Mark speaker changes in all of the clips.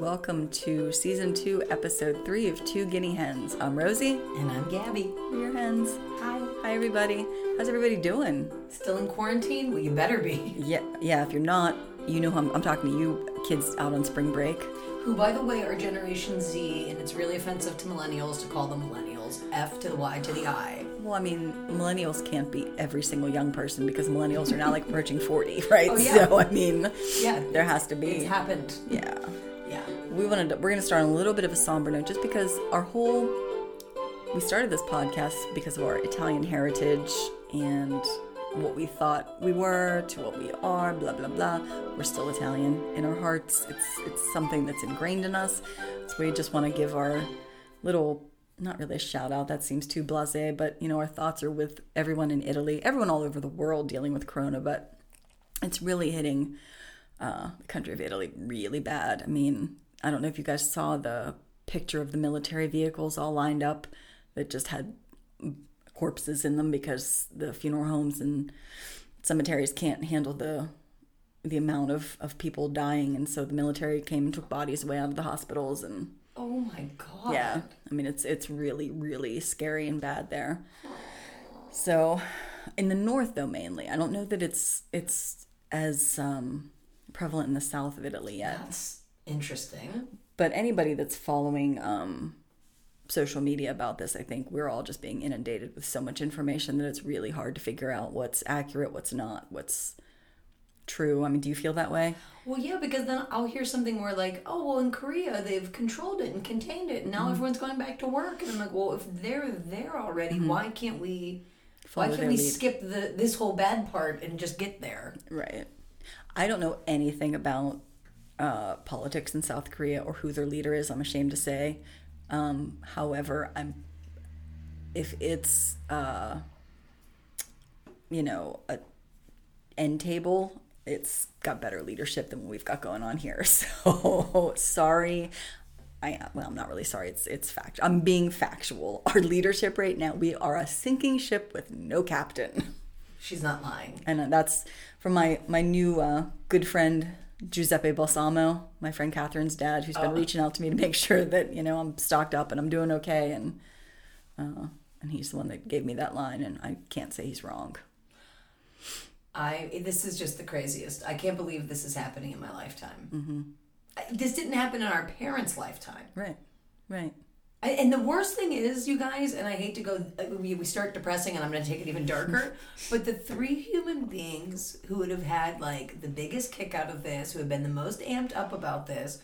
Speaker 1: welcome to season two, episode three of Two Guinea Hens. I'm Rosie.
Speaker 2: And I'm Gabby.
Speaker 1: We're your hens.
Speaker 2: Hi.
Speaker 1: Hi, everybody. How's everybody doing?
Speaker 2: Still in quarantine? Well, you better be.
Speaker 1: Yeah, yeah. If you're not, you know who I'm, I'm talking to you kids out on spring break.
Speaker 2: Who, by the way, are Generation Z, and it's really offensive to millennials to call them millennials. F to the Y to the I.
Speaker 1: Well, I mean, millennials can't be every single young person because millennials are now like approaching 40, right?
Speaker 2: Oh, yeah.
Speaker 1: So, I mean,
Speaker 2: Yeah.
Speaker 1: there has to be.
Speaker 2: It's happened.
Speaker 1: yeah.
Speaker 2: Yeah.
Speaker 1: we wanted to, we're going to start on a little bit of a somber note just because our whole we started this podcast because of our Italian heritage and what we thought we were to what we are blah blah blah we're still Italian in our hearts it's it's something that's ingrained in us so we just want to give our little not really a shout out that seems too blasé but you know our thoughts are with everyone in Italy everyone all over the world dealing with corona but it's really hitting uh, the country of Italy really bad. I mean, I don't know if you guys saw the picture of the military vehicles all lined up that just had corpses in them because the funeral homes and cemeteries can't handle the the amount of, of people dying and so the military came and took bodies away out of the hospitals and
Speaker 2: Oh my God.
Speaker 1: yeah i mean it's it's really really scary and bad there so in the north though mainly i don't know that it's it's as um prevalent in the south of italy yet
Speaker 2: That's interesting.
Speaker 1: but anybody that's following um social media about this i think we're all just being inundated with so much information that it's really hard to figure out what's accurate what's not what's true i mean do you feel that way
Speaker 2: Well, yeah, because then I'll hear something where, like, oh, well, in Korea, they've controlled it and contained it, and
Speaker 1: Mm.
Speaker 2: now everyone's going back to work. And I'm like, well, if they're there already, why can't we.
Speaker 1: Mm-hmm. Follow
Speaker 2: why
Speaker 1: their
Speaker 2: can't we
Speaker 1: lead.
Speaker 2: skip the this whole bad part and just get there?
Speaker 1: Right. I don't know anything about uh, politics in South Korea or who their leader is. I'm ashamed to say. Um, however, I'm if it's uh, you know a end table, it's got better leadership than what we've got going on here. So sorry. I, well, I'm not really sorry. It's it's fact. I'm being factual. Our leadership right now, we are a sinking ship with no captain
Speaker 2: She's not lying.
Speaker 1: and that's from my my new uh, good friend Giuseppe Balsamo, my friend Catherine's dad, who's
Speaker 2: Oh.
Speaker 1: been reaching out to me to make sure that you know I'm stocked up and I'm doing okay, and uh, and he's the one that gave me that line, and I can't say he's wrong.
Speaker 2: I this is just the craziest. I can't believe this is happening in my lifetime. Mm-hmm. This didn't happen in our parents' lifetime.
Speaker 1: Right, right.
Speaker 2: I, and the worst thing is, you guys, and I hate to go. uh, We, we start depressing, and I'm going to take it even darker. but the three human beings who would have had like the biggest kick out of this, who have been the most amped up about this,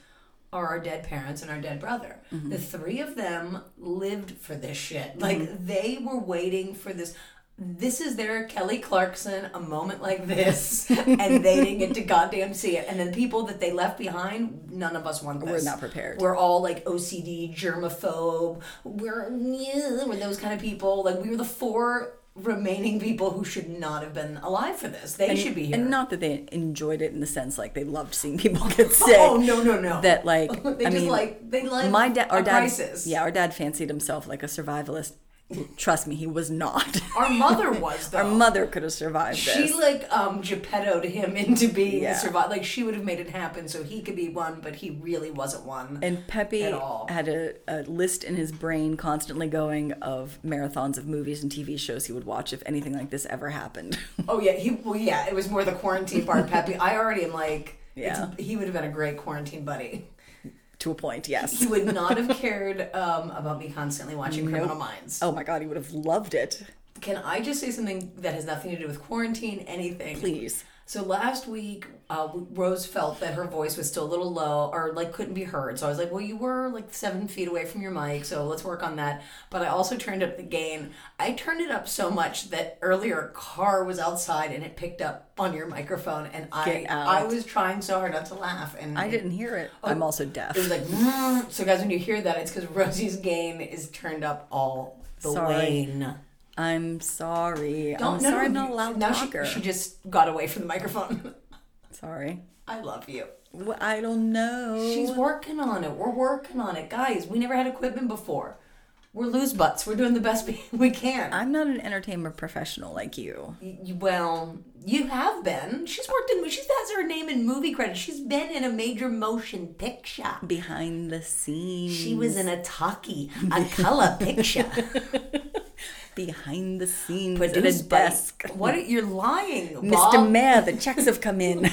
Speaker 2: are our dead parents and our dead brother.
Speaker 1: Mm-hmm.
Speaker 2: The three of them lived for this shit. Like
Speaker 1: Mm-hmm.
Speaker 2: they were waiting for this. This is their Kelly Clarkson, a moment like this, and they didn't get to goddamn see it. And then people that they left behind, none of us want this.
Speaker 1: not prepared.
Speaker 2: We're all like OCD, germaphobe. We're, yeah, we're those kind of people. Like we were the four remaining people who should not have been alive for this. They should be here.
Speaker 1: And not that they enjoyed it in the sense like they loved seeing people get sick.
Speaker 2: oh no no no!
Speaker 1: That like
Speaker 2: they
Speaker 1: I
Speaker 2: just
Speaker 1: mean,
Speaker 2: like they like
Speaker 1: my dad, our
Speaker 2: a
Speaker 1: dad,
Speaker 2: crisis.
Speaker 1: yeah, our dad fancied himself like a survivalist. Trust me, he was not.
Speaker 2: Our mother was though.
Speaker 1: Our mother could have survived this.
Speaker 2: she like um Geppettoed him into being
Speaker 1: Yeah.
Speaker 2: the survivor. Like she would have made it happen so he could be one, but he really wasn't one.
Speaker 1: And Pepe
Speaker 2: at all.
Speaker 1: had a, a list in his brain constantly going of marathons of movies and TV shows he would watch if anything like this ever happened.
Speaker 2: oh yeah, he well yeah, it was more the quarantine part, Peppy. I already am like it's-
Speaker 1: Yeah.
Speaker 2: he would have been a great quarantine buddy.
Speaker 1: to a point, yes.
Speaker 2: He would not have cared um, about me constantly watching Criminal Minds.
Speaker 1: Oh my God, he would have loved it.
Speaker 2: Can I just say something that has nothing to do with quarantine, anything?
Speaker 1: Please.
Speaker 2: So last week, uh, Rose felt that her voice was still a little low or like couldn't be heard. So I was like, well, you were like seven feet away from your mic, so let's work on that. But I also turned up the gain. I turned it up so much that earlier a car was outside and it picked up on your microphone, and I
Speaker 1: Get out.
Speaker 2: I was trying so hard not to laugh, and
Speaker 1: I didn't hear it. I'm also deaf.
Speaker 2: Oh. It was like "Mm." so, guys. When you hear that, it's because Rosie's gain is turned up all the
Speaker 1: Sorry.
Speaker 2: way.
Speaker 1: I'm sorry.
Speaker 2: Don't-
Speaker 1: I'm
Speaker 2: no, no,
Speaker 1: sorry I'm
Speaker 2: you-
Speaker 1: not a loud
Speaker 2: now she-
Speaker 1: talker.
Speaker 2: She, just got away from the microphone.
Speaker 1: Sorry.
Speaker 2: I love you.
Speaker 1: Well, I don't know.
Speaker 2: She's working on it. We're working on it, guys. We never had equipment before. We're loose butts. We're doing the best we- we can.
Speaker 1: I'm not an entertainment professional like you.
Speaker 2: Y- y- Well, you have been. She's worked in. She's that's her name in movie credits. She's been in a major motion picture.
Speaker 1: Behind the scenes.
Speaker 2: She was in a talkie, a color picture
Speaker 1: behind the scenes at a
Speaker 2: produced by.
Speaker 1: desk.
Speaker 2: What? are- You're lying,
Speaker 1: Mr.
Speaker 2: Bob.
Speaker 1: Mayor, the checks have come in.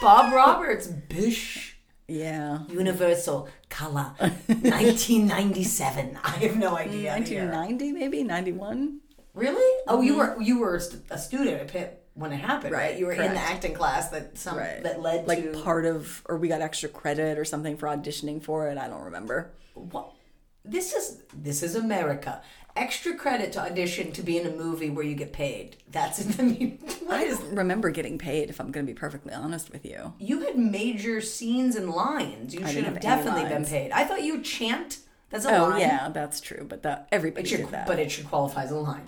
Speaker 2: Bob Roberts, Bish,
Speaker 1: yeah.
Speaker 2: Universal Color, 1997. I have no
Speaker 1: Mm,
Speaker 2: idea. here.
Speaker 1: 1990 maybe 91
Speaker 2: Really? Oh, you were you were a st- a student at Pitt when it happened,
Speaker 1: Mm-hmm.
Speaker 2: right?
Speaker 1: Right,
Speaker 2: You were in the
Speaker 1: correct.
Speaker 2: acting class that some
Speaker 1: Right.
Speaker 2: that led
Speaker 1: like
Speaker 2: to
Speaker 1: part of or we got extra credit or something for auditioning for it i don't remember
Speaker 2: what this is this is america extra credit to audition to be in a movie where you get paid that's i mean
Speaker 1: i
Speaker 2: what is
Speaker 1: just remember getting paid if i'm going to be perfectly honest with you
Speaker 2: you had major scenes and lines you should
Speaker 1: have
Speaker 2: have
Speaker 1: any
Speaker 2: definitely been
Speaker 1: lines.
Speaker 2: paid i thought you chant that's a
Speaker 1: oh
Speaker 2: line
Speaker 1: yeah that's true but that everybody
Speaker 2: it should,
Speaker 1: did that
Speaker 2: but
Speaker 1: but,
Speaker 2: it should qualify as a line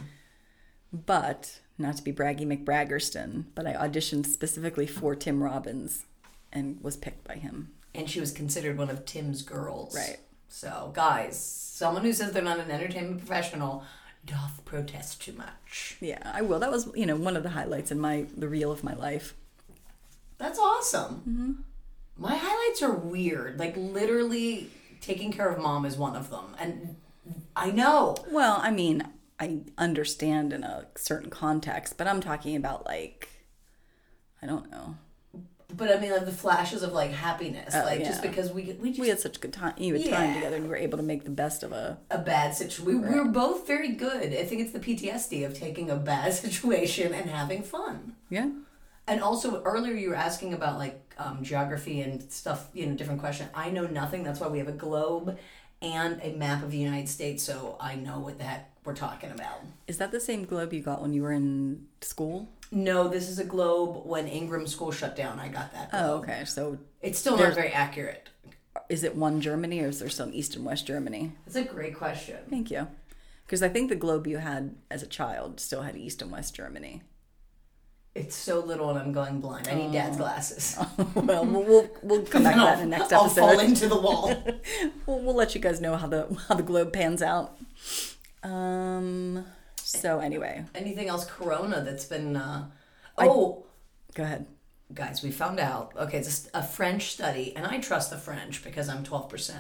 Speaker 1: not to be braggy mcbraggerston but i auditioned specifically for tim robbins and was picked by him
Speaker 2: and she was considered one of tim's girls
Speaker 1: Right.
Speaker 2: so guys someone who says they're not an entertainment professional doth protest too much
Speaker 1: yeah i will that was you know one of the highlights in my the reel of my life
Speaker 2: That's awesome.
Speaker 1: Mm-hmm.
Speaker 2: My highlights are weird. Like literally, taking care of mom is one of them, and I know
Speaker 1: Well, I mean, I understand in a certain context, but I'm talking about like, I don't know.
Speaker 2: but I mean, like the flashes of like happiness, like just
Speaker 1: Oh, yeah.
Speaker 2: because we we just
Speaker 1: We had such a good time. You had time
Speaker 2: Yeah.
Speaker 1: together, and we were able to make the best of a.
Speaker 2: a bad situation. We, We're both very good. I think it's the PTSD of taking a bad situation and having fun.
Speaker 1: Yeah.
Speaker 2: And also earlier you were asking about like um, geography and stuff, you know, different question. I know nothing. That's why we have a globe and a map of the United States, so I know what the heck we're talking about.
Speaker 1: Is that the same globe you got when you were in school?
Speaker 2: No, this is a globe when Ingram School shut down. I got that.
Speaker 1: Oh, okay. So,
Speaker 2: It's still not very accurate.
Speaker 1: is it one Germany or is there some East and West Germany?
Speaker 2: That's a great question.
Speaker 1: Thank you. Because I think the globe you had as a child still had East and West Germany.
Speaker 2: It's so little and I'm going blind. I need dad's glasses.
Speaker 1: well, we'll we'll, we'll come back to Oh. that in the next
Speaker 2: I'll
Speaker 1: episode.
Speaker 2: fall into the wall.
Speaker 1: we'll, we'll let you guys know how the how the globe pans out. Um. So anyway,
Speaker 2: Anything else Corona that's been uh Oh,
Speaker 1: go ahead.
Speaker 2: guys, we found out. Okay, it's a st- a French study and I trust the French because I'm 12%.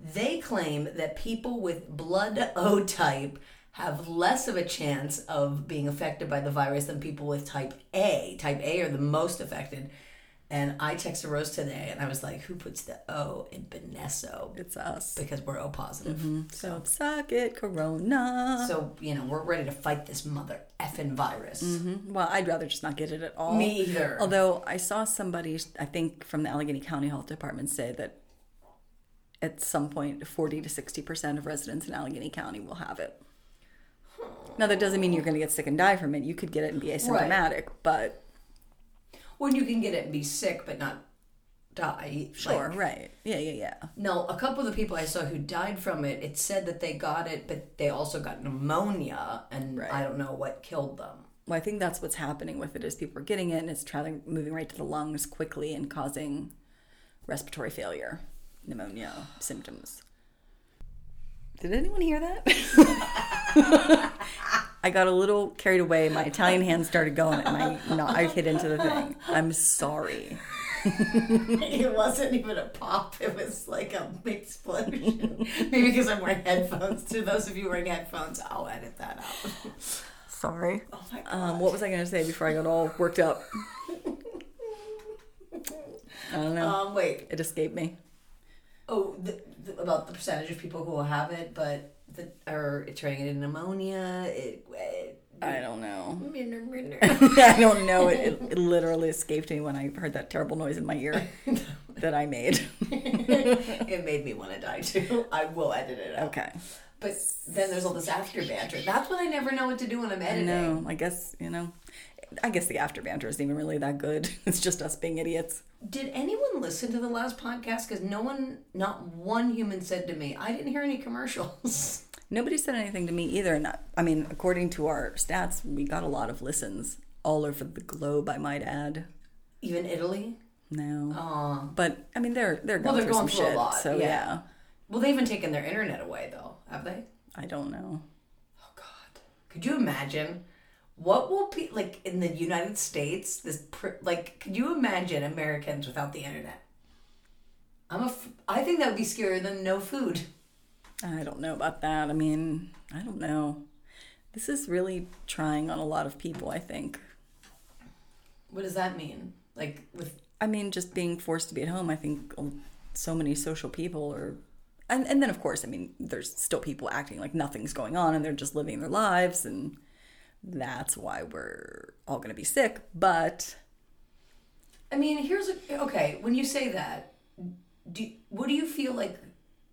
Speaker 2: They claim that people with blood O type have less of a chance of being affected by the virus than people with type A. Type A are the most affected. And I texted Rose today and I was like, who puts the O in Benesso?
Speaker 1: It's us.
Speaker 2: Because we're O positive.
Speaker 1: Mm-hmm. So uh, suck it, Corona.
Speaker 2: So, you know, we're ready to fight this mother effing virus.
Speaker 1: Well, I'd rather just not get it at all.
Speaker 2: Me either.
Speaker 1: Mm-hmm. Although I saw somebody, I think from the Allegheny County Health Department, say that at some point, forty to sixty percent of residents in Allegheny County will have it. Now that doesn't mean you're going to get sick and die from it. You could get it and be asymptomatic, but
Speaker 2: When you can get it and be sick but not die.
Speaker 1: sure,
Speaker 2: Like,
Speaker 1: right? Yeah, yeah, yeah.
Speaker 2: no, a couple of the people I saw who died from it, it said that they got it, but they also got pneumonia and I don't know what killed them.
Speaker 1: Well, I think that's what's happening with it is people are getting it and it's traveling, moving right to the lungs quickly and causing respiratory failure, pneumonia symptoms. Did anyone hear that? I got a little carried away. My Italian hand started going, and I no, I hit into the thing. I'm sorry.
Speaker 2: it wasn't even a pop, it was like a explosion. Maybe because I'm wearing headphones. To those of you wearing headphones, I'll edit that out.
Speaker 1: Sorry.
Speaker 2: Oh my God.
Speaker 1: Um, what was I going to say before I got all worked up? I don't know.
Speaker 2: Um, wait,
Speaker 1: It escaped me.
Speaker 2: Oh, the, the, about the percentage of people who will have it, but the, are it turning it into pneumonia. It, it
Speaker 1: I don't know.
Speaker 2: I
Speaker 1: I don't know. It, it, it literally escaped me when I heard that terrible noise in my ear that I made.
Speaker 2: it made me want to die too. I will edit it out.
Speaker 1: Okay.
Speaker 2: But then there's all this after banter. That's when I never know what to do when I'm editing.
Speaker 1: No, I guess, you know, I guess the after banter isn't even really that good. It's just us being idiots.
Speaker 2: Did anyone listen to the last podcast? Because no one, not one human said to me, I didn't hear any commercials.
Speaker 1: Nobody said anything to me either. And uh, I- I mean, according to our stats, we got a lot of listens all over the globe, I might add.
Speaker 2: Even Italy?
Speaker 1: No. But I mean, Oh. they're, they're going
Speaker 2: they're
Speaker 1: through
Speaker 2: going
Speaker 1: some
Speaker 2: through a
Speaker 1: shit.
Speaker 2: lot,
Speaker 1: So,
Speaker 2: yeah.
Speaker 1: yeah.
Speaker 2: Well, they haven't taken their internet away though, have they?
Speaker 1: I don't know.
Speaker 2: Oh God! Could you imagine what will be like in the United States? This pr- like, could you imagine Americans without the internet? I'm a. F- I think that would be scarier than no food.
Speaker 1: I don't know about that. I mean, I don't know. This is really trying on a lot of people, I think.
Speaker 2: What does that mean? Like with
Speaker 1: I mean, just being forced to be at home, I think oh, so many social people are. And, and then, of course, I mean, there's still people acting like nothing's going on and they're just living their lives. And that's why we're all going to be sick. But
Speaker 2: I mean, here's a, okay. When you say that, do what do you feel like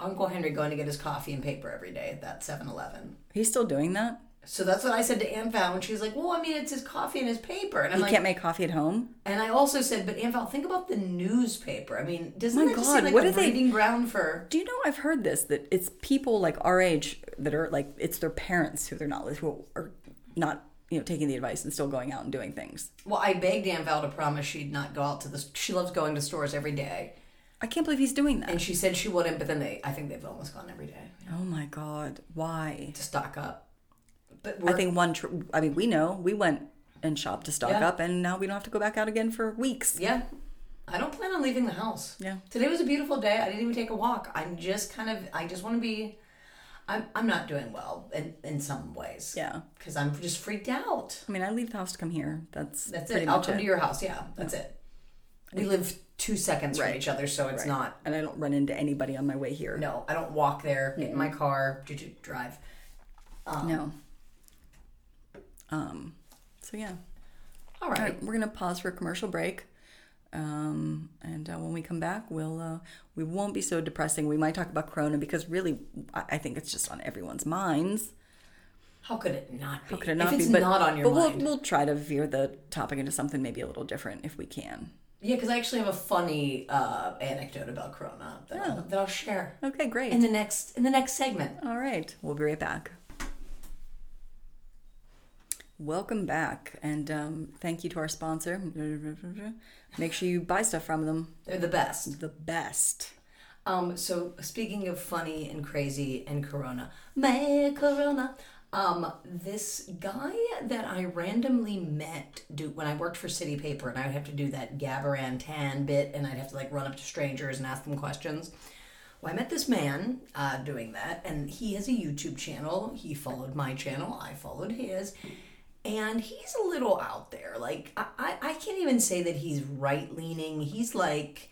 Speaker 2: Uncle Henry going to get his coffee and paper every day at that 7-Eleven?
Speaker 1: he's still doing that.
Speaker 2: So that's what I said to Ann Val, and she was like, "Well, I mean, it's his coffee and his paper." And I'm
Speaker 1: He
Speaker 2: like,
Speaker 1: can't make coffee at home.
Speaker 2: and I also said, "But Ann Val, think about the newspaper. I mean, doesn't
Speaker 1: My
Speaker 2: that just
Speaker 1: God,
Speaker 2: seem like
Speaker 1: what
Speaker 2: a
Speaker 1: are they-
Speaker 2: breeding ground for?"
Speaker 1: Do you know I've heard this that it's people like our age that are like it's their parents who they're not who are not you know taking the advice and still going out and doing things.
Speaker 2: Well, I begged Ann Val to promise she'd not go out to the. She loves going to stores every day,
Speaker 1: I can't believe he's doing that.
Speaker 2: and she said she wouldn't. But then they, I think they've almost gone every day
Speaker 1: Oh my god, why?
Speaker 2: to stock up. But
Speaker 1: I
Speaker 2: we're,
Speaker 1: think one. Tr- I mean, we know we went and shopped to stock
Speaker 2: Yeah.
Speaker 1: up, and now we don't have to go back out again for weeks.
Speaker 2: Yeah. I don't plan on leaving the house.
Speaker 1: Yeah.
Speaker 2: Today was a beautiful day. I didn't even take a walk. I'm just kind of I just want to be I'm I'm not doing well in in some ways.
Speaker 1: Yeah.
Speaker 2: Cuz I'm just freaked out.
Speaker 1: I mean, I leave the house to come here. That's
Speaker 2: That's
Speaker 1: pretty
Speaker 2: it. I'll
Speaker 1: much
Speaker 2: come
Speaker 1: it.
Speaker 2: to your house. Yeah. That's it. We live 2 seconds from
Speaker 1: Right.
Speaker 2: each other, so it's
Speaker 1: Right.
Speaker 2: not
Speaker 1: and I don't run into anybody on my way here.
Speaker 2: no, I don't walk there, get in my car, do- do- drive.
Speaker 1: No. Um. So yeah.
Speaker 2: All right.
Speaker 1: All right, we're gonna pause for a commercial break. Um, and uh, when we come back, we'll uh, we won't be so depressing. We might talk about Corona because really, I, I think it's just on everyone's minds.
Speaker 2: How could it not be?
Speaker 1: Could it not
Speaker 2: if it's
Speaker 1: be? But,
Speaker 2: not on your
Speaker 1: but
Speaker 2: mind.
Speaker 1: we'll we'll try to veer the topic into something maybe a little different if we can.
Speaker 2: yeah, cuz I actually have a funny uh, anecdote about corona that, I'll, that I'll share
Speaker 1: Okay, great.
Speaker 2: in the next in the next segment.
Speaker 1: All right, we'll be right back. Welcome back, and um, thank you to our sponsor. Make sure you buy stuff from them.
Speaker 2: They're the best.
Speaker 1: The best.
Speaker 2: Um, so speaking of funny and crazy and Corona, my Corona. Um, this guy that I randomly met do when I worked for City Paper, and I would have to do that Gabaran Tan bit, and I'd have to like run up to strangers and ask them questions. Well, I met this man uh, doing that, and he has a YouTube channel. He followed my channel, I followed his, and he's a little out there. Like I, I, I can't even say that he's right leaning. He's like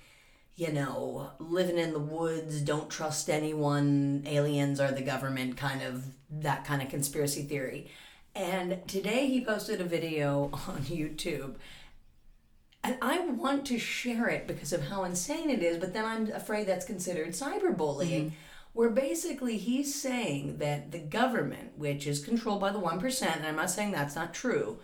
Speaker 2: you know, living in the woods, don't trust anyone, aliens are the government, kind of that kind of conspiracy theory. And today he posted a video on YouTube. And I want to share it because of how insane it is, but then I'm afraid that's considered cyberbullying. Where basically he's saying that the government, which is controlled by the 1%, and I'm not saying that's not true,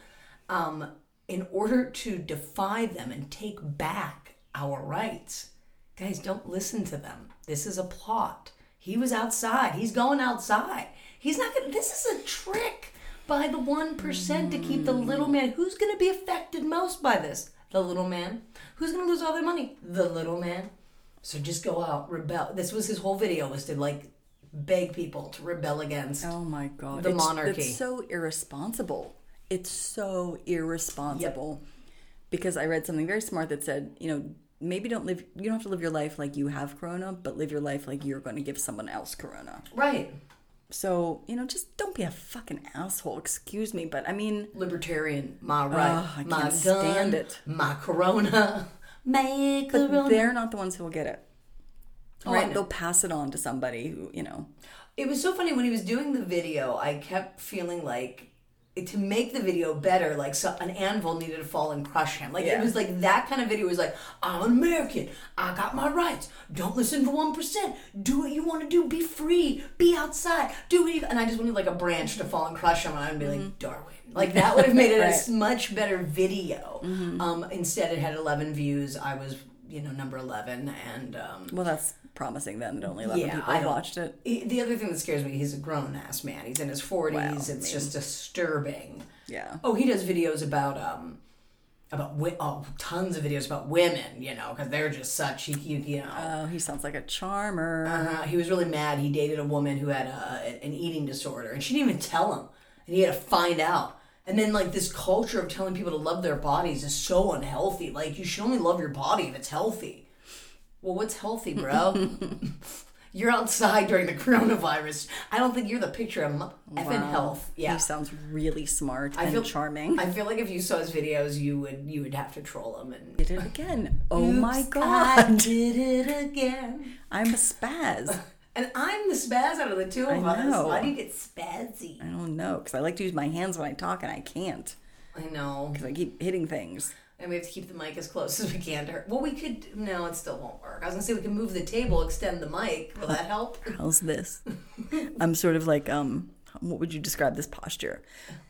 Speaker 2: um, in order to defy them and take back our rights. Guys, don't listen to them. This is a plot. He was outside. He's going outside. He's not going to, this is a trick by the 1% to keep the little man. Who's going to be affected most by this? The little man. Who's going to lose all their money? The little man. So just go out, rebel. This was his whole video was to like beg people to rebel against.
Speaker 1: Oh my god.
Speaker 2: The
Speaker 1: It's-
Speaker 2: monarchy.
Speaker 1: It's so irresponsible. It's so irresponsible. Because I read something very smart that said, you know, maybe don't live you don't have to live your life like you have corona, but live your life like you're going to give someone else corona.
Speaker 2: Right.
Speaker 1: So, you know, just don't be a fucking asshole. Excuse me, but I mean,
Speaker 2: libertarian, my right,
Speaker 1: Ugh, Ah, I
Speaker 2: my gun,
Speaker 1: can't stand it.
Speaker 2: my corona, my corona.
Speaker 1: but they're not the ones who will get it.
Speaker 2: Oh, I
Speaker 1: right?
Speaker 2: know.
Speaker 1: They'll pass it on to somebody who, you know.
Speaker 2: It was so funny when he was doing the video. I kept feeling like to make the video better, like so an anvil needed to fall and crush him. Like it
Speaker 1: Yeah.
Speaker 2: was like that kind of video. It was like I'm an American. I got my rights. Don't listen to one percent. Do what you want to do. Be free. Be outside. Do what you. And I just wanted like a branch to fall and crush him, and I'd be like Darwin. Like that would have made
Speaker 1: Mm-hmm.
Speaker 2: it
Speaker 1: Right. Mm-hmm.
Speaker 2: a much better video. Um, instead, it had 11 views. I was you know number 11, and um,
Speaker 1: Well, that's promising then that only 11
Speaker 2: Yeah,
Speaker 1: people
Speaker 2: I don't-
Speaker 1: watched it.
Speaker 2: he- the other thing that scares me, he's a grown ass man. He's in his 40s. it's just disturbing.
Speaker 1: Yeah.
Speaker 2: Oh, he does videos about um about wi- oh, tons of videos about women, you know, because they're just such you, you you know.
Speaker 1: Oh, he sounds like a charmer.
Speaker 2: Uh, he was really mad. He dated a woman who had a, an eating disorder, and she didn't even tell him. And he had to find out. And then, like, this culture of telling people to love their bodies is so unhealthy. Like, you should only love your body if it's healthy. Well, what's healthy, bro? you're outside during the coronavirus. I don't think you're the picture of mu- effing health. Yeah.
Speaker 1: He sounds really smart and
Speaker 2: feel-
Speaker 1: charming.
Speaker 2: I feel like if you saw his videos, you would you would have to troll him and.
Speaker 1: did it again. Oh my
Speaker 2: Oops,
Speaker 1: god.
Speaker 2: I did it again.
Speaker 1: I'm a spaz.
Speaker 2: And I'm the spaz out of the two of
Speaker 1: I
Speaker 2: us.
Speaker 1: know.
Speaker 2: Why do you get spazzy?
Speaker 1: I don't know because I like to use my hands when I talk and I can't
Speaker 2: I know.
Speaker 1: because I keep hitting things.
Speaker 2: And we have to keep the mic as close as we can to her. Well, we could. No, it still won't work. I was gonna say we can move the table, extend the mic. Will that help?
Speaker 1: How's this? I'm sort of like um. What would you describe this posture?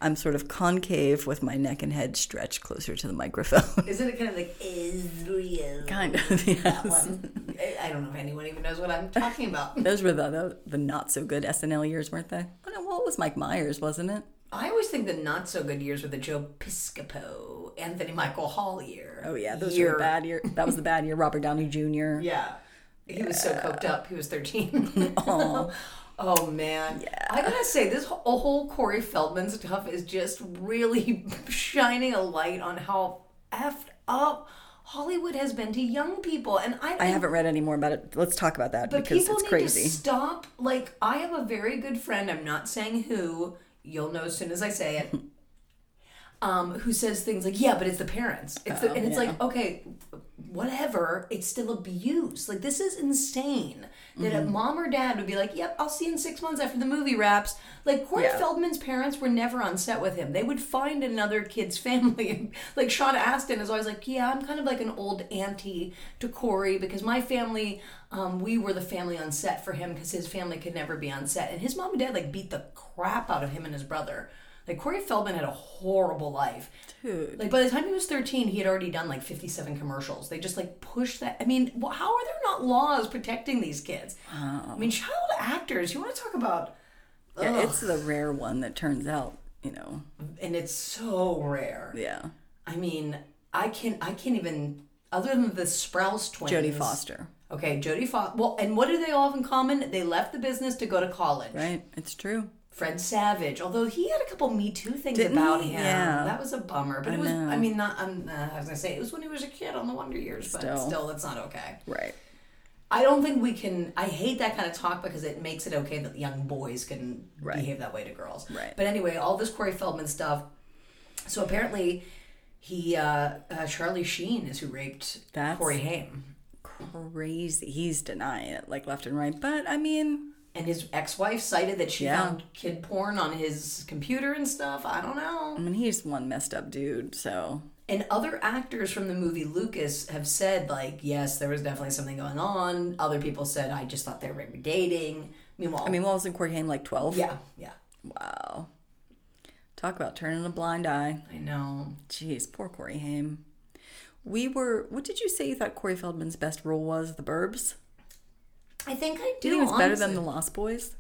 Speaker 1: I'm sort of concave with my neck and head stretched closer to the microphone.
Speaker 2: Isn't it kind of like Israel?
Speaker 1: kind of.
Speaker 2: That
Speaker 1: Yes.
Speaker 2: one. I- I don't know if anyone even knows what I'm talking about.
Speaker 1: Those were the, the the not so good SNL years, weren't they? Oh no, well it was Mike Myers, wasn't it?
Speaker 2: I always think the not so good years were the Joe Piscopo, Anthony Michael Hall year.
Speaker 1: Oh yeah, those were
Speaker 2: year.
Speaker 1: the bad year. That was the bad year. Robert Downey Jr.
Speaker 2: Yeah. He was so coked up. He was 13. oh, man. I gotta say, this whole, whole Corey Feldman stuff is just really shining a light on how effed up Hollywood has been to young people. And I,
Speaker 1: I haven't read any more about it. Let's talk about that
Speaker 2: but
Speaker 1: because
Speaker 2: people
Speaker 1: it's
Speaker 2: need
Speaker 1: crazy.
Speaker 2: to stop. Like, I have a very good friend. I'm not saying who. You'll know as soon as I say it. Um, who says things like, "Yeah, but it's the parents." It's
Speaker 1: Oh,
Speaker 2: the, and it's like, okay, whatever. It's still abuse. Like this is insane that a mom or dad would be like, "Yep, I'll see you in six months after the movie wraps." Like Corey
Speaker 1: Yeah.
Speaker 2: Feldman's parents were never on set with him. They would find another kid's family. like Sean Astin is always like, "Yeah, I'm kind of like an old auntie to Corey because my family, um, we were the family on set for him because his family could never be on set." And his mom and dad like beat the crap out of him and his brother. Like Corey Feldman had a horrible life.
Speaker 1: Dude.
Speaker 2: Like by the time he was 13, he had already done like 57 commercials. They just like pushed that. I mean, wh- how are there not laws protecting these kids? I mean, child actors, you want to talk about
Speaker 1: Yeah, it's the rare one that turns out, you know.
Speaker 2: and it's so rare.
Speaker 1: Yeah.
Speaker 2: I mean, I can I can't even other than the Sprouse twins.
Speaker 1: Jodie Foster,
Speaker 2: Okay, Jodie Foster. Well, and what do they all have in common? They left the business to go to college.
Speaker 1: right? It's true.
Speaker 2: Fred Savage, although he had a couple Me Too things
Speaker 1: Didn't
Speaker 2: about
Speaker 1: he?
Speaker 2: him.
Speaker 1: Yeah.
Speaker 2: That was a bummer. But it was, I mean, not, I'm, uh, I was going to say, it was when he was a kid on the Wonder Years, but
Speaker 1: Still.
Speaker 2: still, that's not okay.
Speaker 1: Right.
Speaker 2: I don't think we can. I hate that kind of talk because it makes it okay that young boys can
Speaker 1: Right.
Speaker 2: behave that way to girls.
Speaker 1: Right.
Speaker 2: But anyway, all this Corey Feldman stuff. So apparently, he uh, uh, Charlie Sheen is who raped
Speaker 1: That's-
Speaker 2: Corey Haim,
Speaker 1: Crazy. He's denying it like left and right. But I mean,
Speaker 2: and his ex-wife cited that she
Speaker 1: Yeah.
Speaker 2: found kid porn on his computer and stuff. I don't know.
Speaker 1: I mean he's one messed up dude, so
Speaker 2: And other actors from the movie Lucas have said, like, yes, there was definitely something going on. Other people said, I just thought they were dating. Meanwhile,
Speaker 1: I mean what was in Court Haim like twelve?
Speaker 2: yeah, yeah,
Speaker 1: Wow. Talk about turning a blind eye.
Speaker 2: I know.
Speaker 1: Jeez, poor Corey Haim. We were what did you say you thought Corey Feldman's best role was? The Burbs?
Speaker 2: I think I do.
Speaker 1: Do you think it was better than
Speaker 2: honestly.
Speaker 1: The Lost Boys?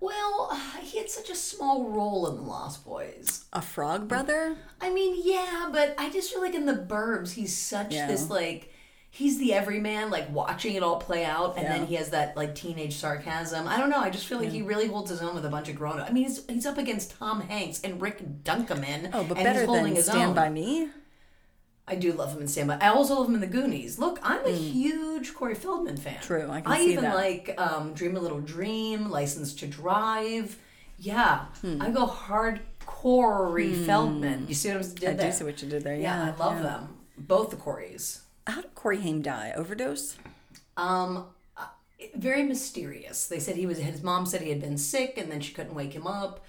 Speaker 2: Well, he had such a small role in The Lost Boys.
Speaker 1: A Frog Brother?
Speaker 2: I mean, yeah, but I just feel like in The Burbs, he's such
Speaker 1: Yeah.
Speaker 2: this like. He's the everyman, like watching it all play out, and
Speaker 1: Yeah.
Speaker 2: then he has that like teenage sarcasm. I don't know. I just feel like he really holds his own with a bunch of grown up. I mean, he's, he's up against Tom Hanks and Rick Dunkerman.
Speaker 1: Oh, but
Speaker 2: and
Speaker 1: better
Speaker 2: he's holding
Speaker 1: than
Speaker 2: his
Speaker 1: Stand
Speaker 2: own.
Speaker 1: By Me?
Speaker 2: I do love him in Stand By. I also love him in The Goonies. Look, I'm a huge Corey Feldman fan.
Speaker 1: Mm. True, I can
Speaker 2: I
Speaker 1: see
Speaker 2: even
Speaker 1: that.
Speaker 2: like um, Dream a Little Dream, License to Drive. Yeah,
Speaker 1: Hmm.
Speaker 2: I go hard Corey Feldman. You see what I did
Speaker 1: I
Speaker 2: there?
Speaker 1: do see what you did there.
Speaker 2: yeah,
Speaker 1: Yeah,
Speaker 2: I love them. Both the Coreys.
Speaker 1: How did Corey Haim die? Overdose?
Speaker 2: Um, uh, very mysterious. They said he was. His mom said he had been sick, and then she couldn't wake him up.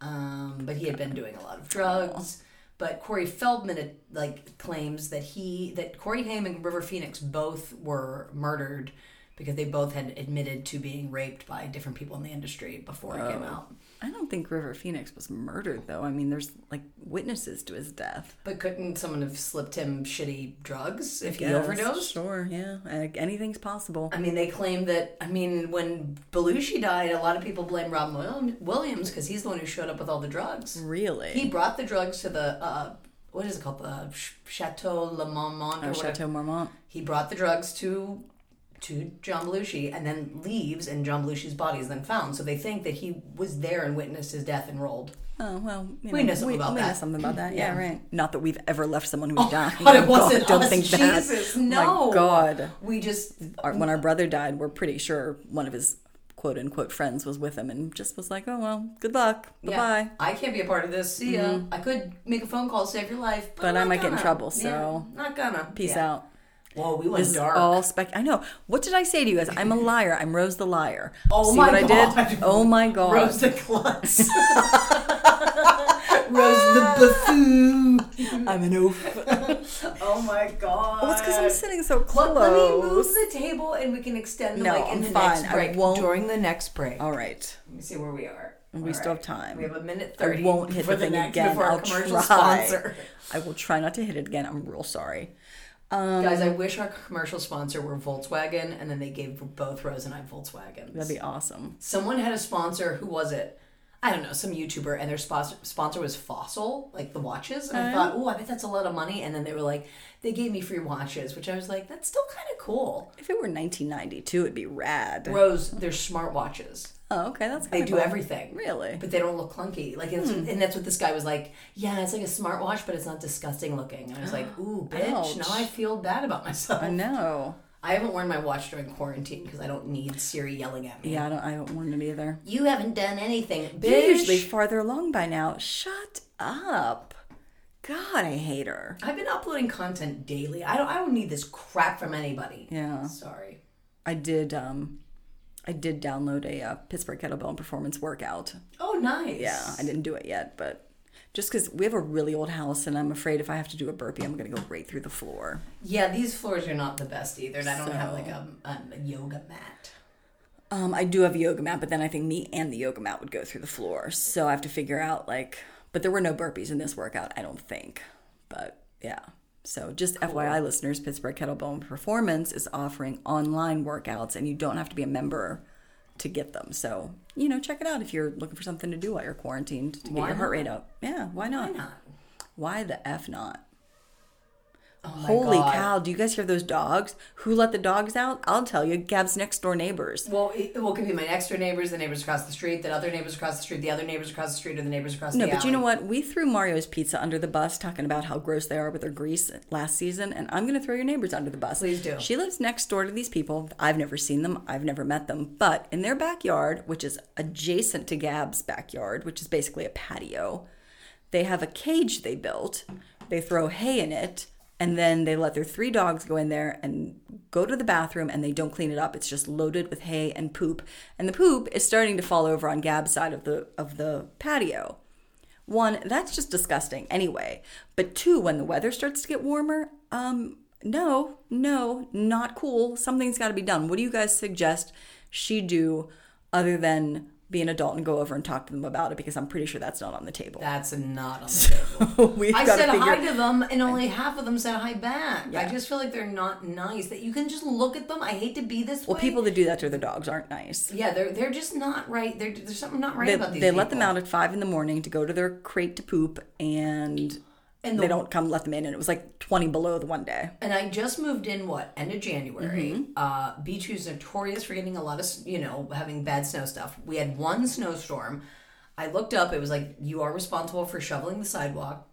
Speaker 2: Um, but he had been doing a lot of drugs. But Corey Feldman uh, like claims that he that Corey Haim and River Phoenix both were murdered because they both had admitted to being raped by different people in the industry before it came out.
Speaker 1: I don't think River Phoenix was murdered though. I mean, there's like witnesses to his death.
Speaker 2: But couldn't someone have slipped him shitty drugs if he
Speaker 1: Yes,
Speaker 2: overdosed?
Speaker 1: Sure, yeah. Uh, anything's possible.
Speaker 2: I mean, they claim that. I mean, when Belushi died, a lot of people blame Robin William- Williams because he's the one who showed up with all the drugs.
Speaker 1: Really?
Speaker 2: He brought the drugs to the uh, what is it called? The Ch- Chateau Le Marmont or
Speaker 1: Oh,
Speaker 2: whatever.
Speaker 1: Chateau Marmont.
Speaker 2: He brought the drugs to to John Belushi and then leaves, and John Belushi's body is then found. So they think that he was there and witnessed his death and rolled.
Speaker 1: Oh well, you
Speaker 2: We know something about
Speaker 1: we know
Speaker 2: that.
Speaker 1: something about that. Yeah, right. Not that we've ever left someone who's dying.
Speaker 2: God, it wasn't
Speaker 1: don't
Speaker 2: us.
Speaker 1: think that. Oh
Speaker 2: Jesus,
Speaker 1: My
Speaker 2: no.
Speaker 1: God,
Speaker 2: We just
Speaker 1: Our- when our brother died, we're pretty sure one of his quote unquote friends was with him and just was like, "Oh well, good luck, bye
Speaker 2: yeah,
Speaker 1: bye."
Speaker 2: I can't be a part of this. See ya. I could make a phone call, save your life, but,
Speaker 1: But
Speaker 2: I'm
Speaker 1: I
Speaker 2: not
Speaker 1: might get in
Speaker 2: gonna.
Speaker 1: trouble,
Speaker 2: Yeah,
Speaker 1: so
Speaker 2: not gonna.
Speaker 1: Peace
Speaker 2: Yeah.
Speaker 1: out.
Speaker 2: Whoa, we went
Speaker 1: This is
Speaker 2: dark.
Speaker 1: all spec. I know. What did I say to you guys? I'm a liar. I'm Rose the liar.
Speaker 2: Oh
Speaker 1: See
Speaker 2: my
Speaker 1: what I
Speaker 2: God.
Speaker 1: did? Oh my God.
Speaker 2: Rose the klutz. Rose the buffoon.
Speaker 1: I'm an oaf.
Speaker 2: Oh my god.
Speaker 1: Well, it's because I'm sitting so
Speaker 2: Well,
Speaker 1: close.
Speaker 2: let me move the table and we can extend the
Speaker 1: No,
Speaker 2: mic in
Speaker 1: I'm
Speaker 2: the
Speaker 1: fine.
Speaker 2: next
Speaker 1: I
Speaker 2: break.
Speaker 1: won't-
Speaker 2: During the next break.
Speaker 1: All right.
Speaker 2: Let me see where we are.
Speaker 1: We
Speaker 2: All
Speaker 1: still
Speaker 2: right.
Speaker 1: have time.
Speaker 2: We have a minute
Speaker 1: I
Speaker 2: 30
Speaker 1: won't hit
Speaker 2: for
Speaker 1: the thing
Speaker 2: next
Speaker 1: again.
Speaker 2: Before our
Speaker 1: I'll try.
Speaker 2: commercial sponsor.
Speaker 1: I will try not to hit it again. I'm real sorry. Um,
Speaker 2: Guys, I wish our commercial sponsor were Volkswagen and then they gave both Rose and I Volkswagens.
Speaker 1: That'd be awesome.
Speaker 2: Someone had a sponsor. Who was it? I don't know, some YouTuber, and their sponsor, sponsor was Fossil, like the watches. And
Speaker 1: Uh-huh.
Speaker 2: I thought, oh, I bet that's a lot of money. And then they were like, they gave me free watches, which I was like, that's still kind of cool.
Speaker 1: If it were 1992, it'd be rad.
Speaker 2: Rose, they're smart watches.
Speaker 1: Oh, okay. That's
Speaker 2: They
Speaker 1: kinda
Speaker 2: do
Speaker 1: cool.
Speaker 2: everything.
Speaker 1: Really? Hmm.
Speaker 2: But they don't look clunky. Like, it's, and that's what this guy was like. Yeah, it's like a smartwatch, but it's not disgusting looking. And I was like, ooh, bitch. Now
Speaker 1: Ouch.
Speaker 2: I feel bad about myself.
Speaker 1: I know.
Speaker 2: I haven't worn my watch during quarantine because I don't need Siri yelling at me.
Speaker 1: Yeah, I don't. I don't want it either.
Speaker 2: You haven't done anything, bitch.
Speaker 1: You're usually farther along by now. Shut up. God, I hate her.
Speaker 2: I've been uploading content daily. I don't. I don't need this crap from anybody.
Speaker 1: Yeah.
Speaker 2: Sorry.
Speaker 1: I did. Um, I did download a uh, Pittsburgh kettlebell and performance workout.
Speaker 2: Oh, nice.
Speaker 1: Yeah, I didn't do it yet, but just because we have a really old house, and I'm afraid if I have to do a burpee, I'm gonna go right through the floor.
Speaker 2: Yeah. These floors are not the best either, and I don't have
Speaker 1: So-
Speaker 2: like a, um, a yoga mat.
Speaker 1: Um, I do have a yoga mat, but then I think me and the yoga mat would go through the floor, so I have to figure out like. But there were no burpees in this workout, I don't think. But yeah. So, just FYI, listeners, Pittsburgh Kettlebell and Performance is offering online workouts, and you don't have to be a member to get them. So, you know, check it out if you're looking for something to do while you're quarantined to get
Speaker 2: Why
Speaker 1: your heart rate up. Yeah, why not?
Speaker 2: Why not?
Speaker 1: Why the F not?
Speaker 2: Oh my
Speaker 1: Holy
Speaker 2: God.
Speaker 1: cow, do you guys hear those dogs? Who let the dogs out? I'll tell you, Gab's next door neighbors.
Speaker 2: Well, it, well, it could be my next door neighbors, the neighbors across the street, the other neighbors across the street, the other neighbors across the street, or the neighbors across
Speaker 1: No,
Speaker 2: the
Speaker 1: but you
Speaker 2: alley.
Speaker 1: know what? We threw Mario's Pizza under the bus talking about how gross they are with their grease last season, and I'm going to throw your neighbors under the bus.
Speaker 2: Please do.
Speaker 1: She lives next door to these people. I've never seen them, I've never met them, but in their backyard, which is adjacent to Gab's backyard, which is basically a patio, they have a cage they built. They throw hay in it, and then they let their three dogs go in there and go to the bathroom, and they don't clean it up. It's just loaded with hay and poop, and the poop is starting to fall over on Gab's side of the of the patio. One, that's just disgusting anyway. But two, when the weather starts to get warmer, um, no, no, not cool. Something's got to be done. What do you guys suggest she do other than be an adult and go over and talk to them about it? Because I'm pretty sure that's not on the table.
Speaker 2: That's not on the table.
Speaker 1: We've
Speaker 2: I
Speaker 1: gotta
Speaker 2: said
Speaker 1: figure-
Speaker 2: hi to them, and only half of them said hi back. I just feel like they're not nice. That you can just look at them. I hate to be this
Speaker 1: Well,
Speaker 2: way.
Speaker 1: people that do that to their dogs aren't nice.
Speaker 2: Yeah, they're they're just not right. They're, there's something not right
Speaker 1: They,
Speaker 2: about these.
Speaker 1: they let them
Speaker 2: people.
Speaker 1: out at five in the morning to go to their crate to poop, and,
Speaker 2: And the-
Speaker 1: they don't come let them in. And it was like 20 below the one day.
Speaker 2: And I just moved in. What end of January? Uh, Beach is notorious for getting a lot of s- you know having bad snow stuff. We had one snowstorm. I looked up. It was like you are responsible for shoveling the sidewalk.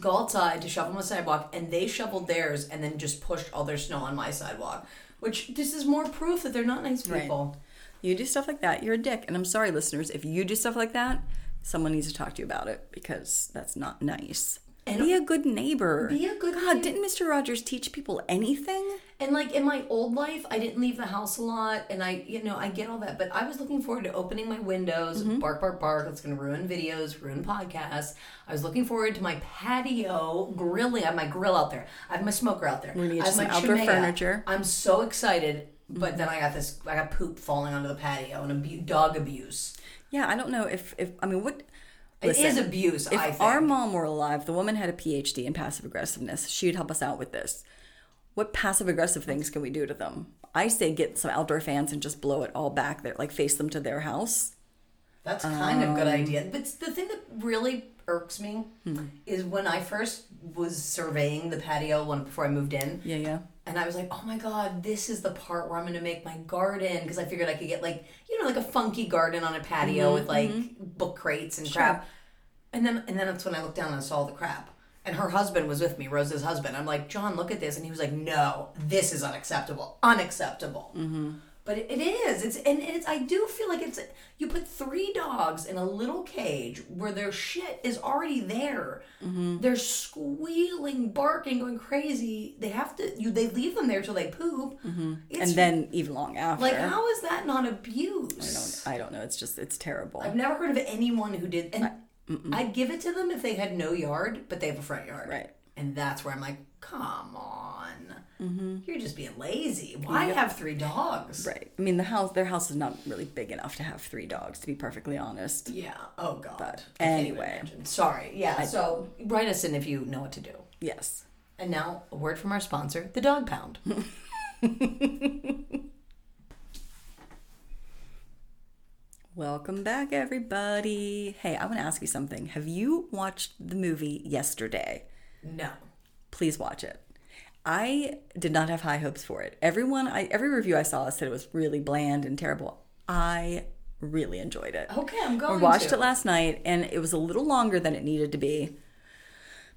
Speaker 2: Go outside to shovel my sidewalk, and they shoveled theirs, and then just pushed all their snow on my sidewalk. Which this is more proof that they're not nice people.
Speaker 1: You do stuff like that, you're a dick. And I'm sorry, listeners, if you do stuff like that, someone needs to talk to you about it because that's not nice. be a good neighbor.
Speaker 2: Be a good
Speaker 1: God,
Speaker 2: neigh-
Speaker 1: didn't Mr. Rogers teach people anything?
Speaker 2: And like in my old life, I didn't leave the house a lot, and I, you know, I get all that, but I was looking forward to opening my windows.
Speaker 1: Mm-hmm.
Speaker 2: Bark, bark, bark. That's going to ruin videos, ruin podcasts. I was looking forward to my patio grilling. I have my grill out there. I have my smoker out there. We
Speaker 1: need
Speaker 2: I have
Speaker 1: some
Speaker 2: my
Speaker 1: outdoor
Speaker 2: chimera.
Speaker 1: furniture. Mm-hmm.
Speaker 2: I'm so excited, but then I got this. I got poop falling onto the patio and abu- dog abuse.
Speaker 1: Yeah, I don't know if if I mean what
Speaker 2: it is abuse. I
Speaker 1: if
Speaker 2: think.
Speaker 1: our mom were alive, the woman had a PhD in passive aggressiveness. She'd help us out with this. What passive aggressive things can we do to them? I say get some outdoor fans and just blow it all back there, like face them to their house.
Speaker 2: That's kind of a good idea. But the thing that really irks me is when I first was surveying the patio when before I moved in,
Speaker 1: Yeah, yeah.
Speaker 2: and I was like, oh my god, this is the part where I'm gonna make my garden because I figured I could get like you know like a funky garden on a patio with like book crates and crap, and then and then that's when I looked down and I saw all the crap. And her husband was with me, Rose's husband. I'm like, John, look at this, and he was like, No, this is unacceptable, unacceptable. Mm-hmm. But it it is. It's and it's. I do feel like it's. You put three dogs in a little cage where their shit is already there.
Speaker 1: Mm-hmm.
Speaker 2: They're squealing, barking, going crazy. They have to. You. They leave them there till they poop. It's
Speaker 1: Mm-hmm. And then even long after.
Speaker 2: like, how is that not
Speaker 1: I
Speaker 2: abuse?
Speaker 1: don't, I don't know. It's just, it's terrible.
Speaker 2: I've never heard of anyone who did. And I, would give it to them if they had no yard, but they have a front yard.
Speaker 1: Right.
Speaker 2: And that's where I'm like, come on, you're just being lazy. Why have three dogs?
Speaker 1: Mm-hmm. Right. I mean, the house, their house is not really big enough to have three dogs, to be perfectly honest.
Speaker 2: Yeah. Oh God. I can't even
Speaker 1: Anyway,
Speaker 2: imagine. Sorry. Yeah. so write us in if you know what to do.
Speaker 1: yes.
Speaker 2: And now a word from our sponsor, the Dog Pound.
Speaker 1: Welcome back, everybody. Hey, I want to ask you something. Have you watched the movie yesterday?
Speaker 2: no.
Speaker 1: Please watch it. I did not have high hopes for it. Everyone, I, every review I saw said it was really bland and terrible. I really enjoyed it.
Speaker 2: Okay, I'm going.
Speaker 1: I watched
Speaker 2: to.
Speaker 1: it last night and it was a little longer than it needed to be,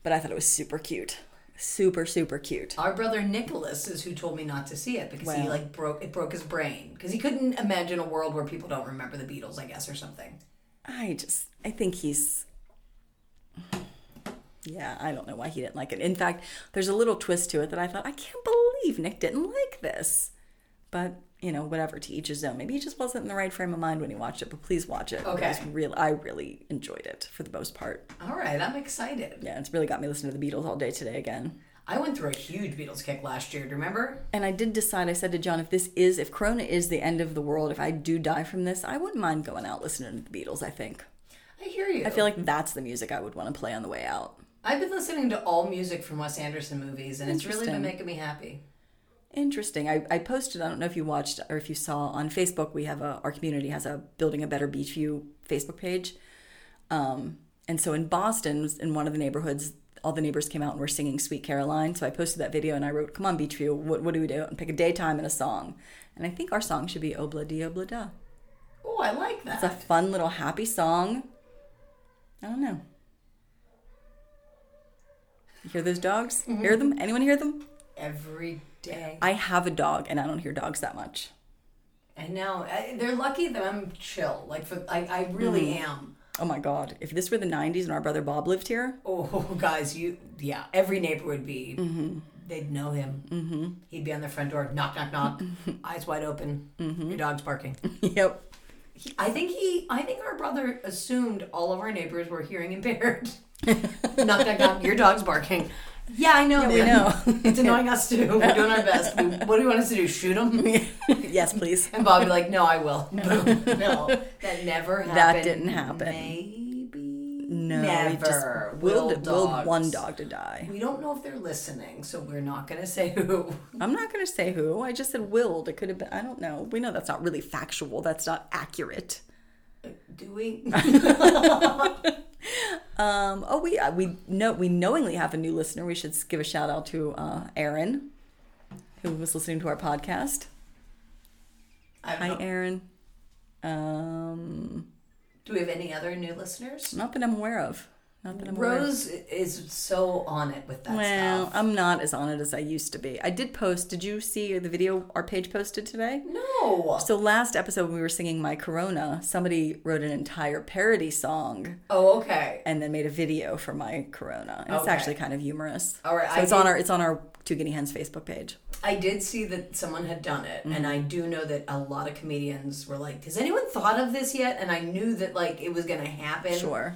Speaker 1: but I thought it was super cute. Super, super cute.
Speaker 2: Our brother Nicholas is who told me not to see it because he
Speaker 1: Well.
Speaker 2: like broke it broke his brain because he couldn't imagine a world where people don't remember the Beatles, I guess, or something.
Speaker 1: I just, I think he's, yeah, I don't know why he didn't like it. In fact, there's a little twist to it that I thought, I can't believe Nick didn't like this. But, you know, whatever, to each his own. Maybe he just wasn't in the right frame of mind when he watched it, but please watch it. It
Speaker 2: Okay.
Speaker 1: was real, I really enjoyed it for the most part.
Speaker 2: All right, I'm excited.
Speaker 1: Yeah, it's really got me listening to the Beatles all day today again.
Speaker 2: I went through a huge Beatles kick last year. Do you remember?
Speaker 1: And I did decide, I said to John, if this is, if Corona is the end of the world, if I do die from this, I wouldn't mind going out listening to the Beatles, I think.
Speaker 2: I hear you.
Speaker 1: I feel like that's the music I would want to play on the way out.
Speaker 2: I've been listening to all music from Wes Anderson movies, and it's really been
Speaker 1: Interesting.
Speaker 2: making me happy.
Speaker 1: Interesting. I, I posted, I don't know if you watched or if you saw on Facebook, we have a, our community has a Building a Better Beach View Facebook page. Um, and so in Boston, in one of the neighborhoods, all the neighbors came out and were singing Sweet Caroline. So I posted that video and I wrote, Come on, Beach View, what, what do we do? And pick a daytime and a song. And I think our song should be Obla Di Obla Da.
Speaker 2: Oh, I like that.
Speaker 1: It's a fun little happy song. I don't know. You hear those dogs? Hear them? Anyone hear them?
Speaker 2: Every day.
Speaker 1: I have a dog and I don't hear dogs that much.
Speaker 2: I know. I, they're lucky that I'm chill. Like for I, I really am.
Speaker 1: Oh my God. If this were the 90s and our brother Bob lived here,
Speaker 2: Oh, guys, you yeah. Every neighbor would be.
Speaker 1: Mm-hmm.
Speaker 2: They'd know him. Mm-hmm. He'd be on their front door, knock, knock, knock, eyes wide open.
Speaker 1: Mm-hmm.
Speaker 2: Your dog's barking.
Speaker 1: yep.
Speaker 2: He- I think he. I think our brother assumed all of our neighbors were hearing impaired. knock, knock, knock. Your dog's barking. Yeah, I know.
Speaker 1: we know.
Speaker 2: it's annoying us too. We're doing our best. We, what do you want us to do? Shoot him?
Speaker 1: yes, please.
Speaker 2: And Bobby like, no, I will. No, no that never happened.
Speaker 1: didn't happen.
Speaker 2: Maybe.
Speaker 1: No,
Speaker 2: never.
Speaker 1: we just
Speaker 2: will
Speaker 1: willed, willed one
Speaker 2: dogs.
Speaker 1: dog to die.
Speaker 2: We don't know if they're listening, so we're not gonna say who.
Speaker 1: I'm not going to say who. I just said willed. It could have been, I don't know. We know that's not really factual. That's not accurate.
Speaker 2: Do we?
Speaker 1: Um, oh, we, uh, we know, we knowingly have a new listener. We should give a shout out to uh, Aaron, who was listening to our podcast.
Speaker 2: I don't
Speaker 1: Hi,
Speaker 2: know.
Speaker 1: Aaron. Um,
Speaker 2: Do we have any other new listeners?
Speaker 1: not that I'm aware of. Not that I'm aware of.
Speaker 2: Rose is so on it with that
Speaker 1: Well,
Speaker 2: stuff.
Speaker 1: I'm not as on it as I used to be. I did post. Did you see the video our page posted today?
Speaker 2: No.
Speaker 1: So last episode when we were singing My Corona, somebody wrote an entire parody song
Speaker 2: Oh, okay.
Speaker 1: and then made a video for My Corona. And It's
Speaker 2: Okay.
Speaker 1: actually kind of humorous.
Speaker 2: All right,
Speaker 1: So
Speaker 2: I
Speaker 1: it's on
Speaker 2: did-
Speaker 1: our it's on our Two Guinea Hens Facebook page.
Speaker 2: I did see that someone had done it, and I do know that a lot of comedians were like, "Has anyone thought of this yet?" And I knew that like it was gonna happen.
Speaker 1: Sure.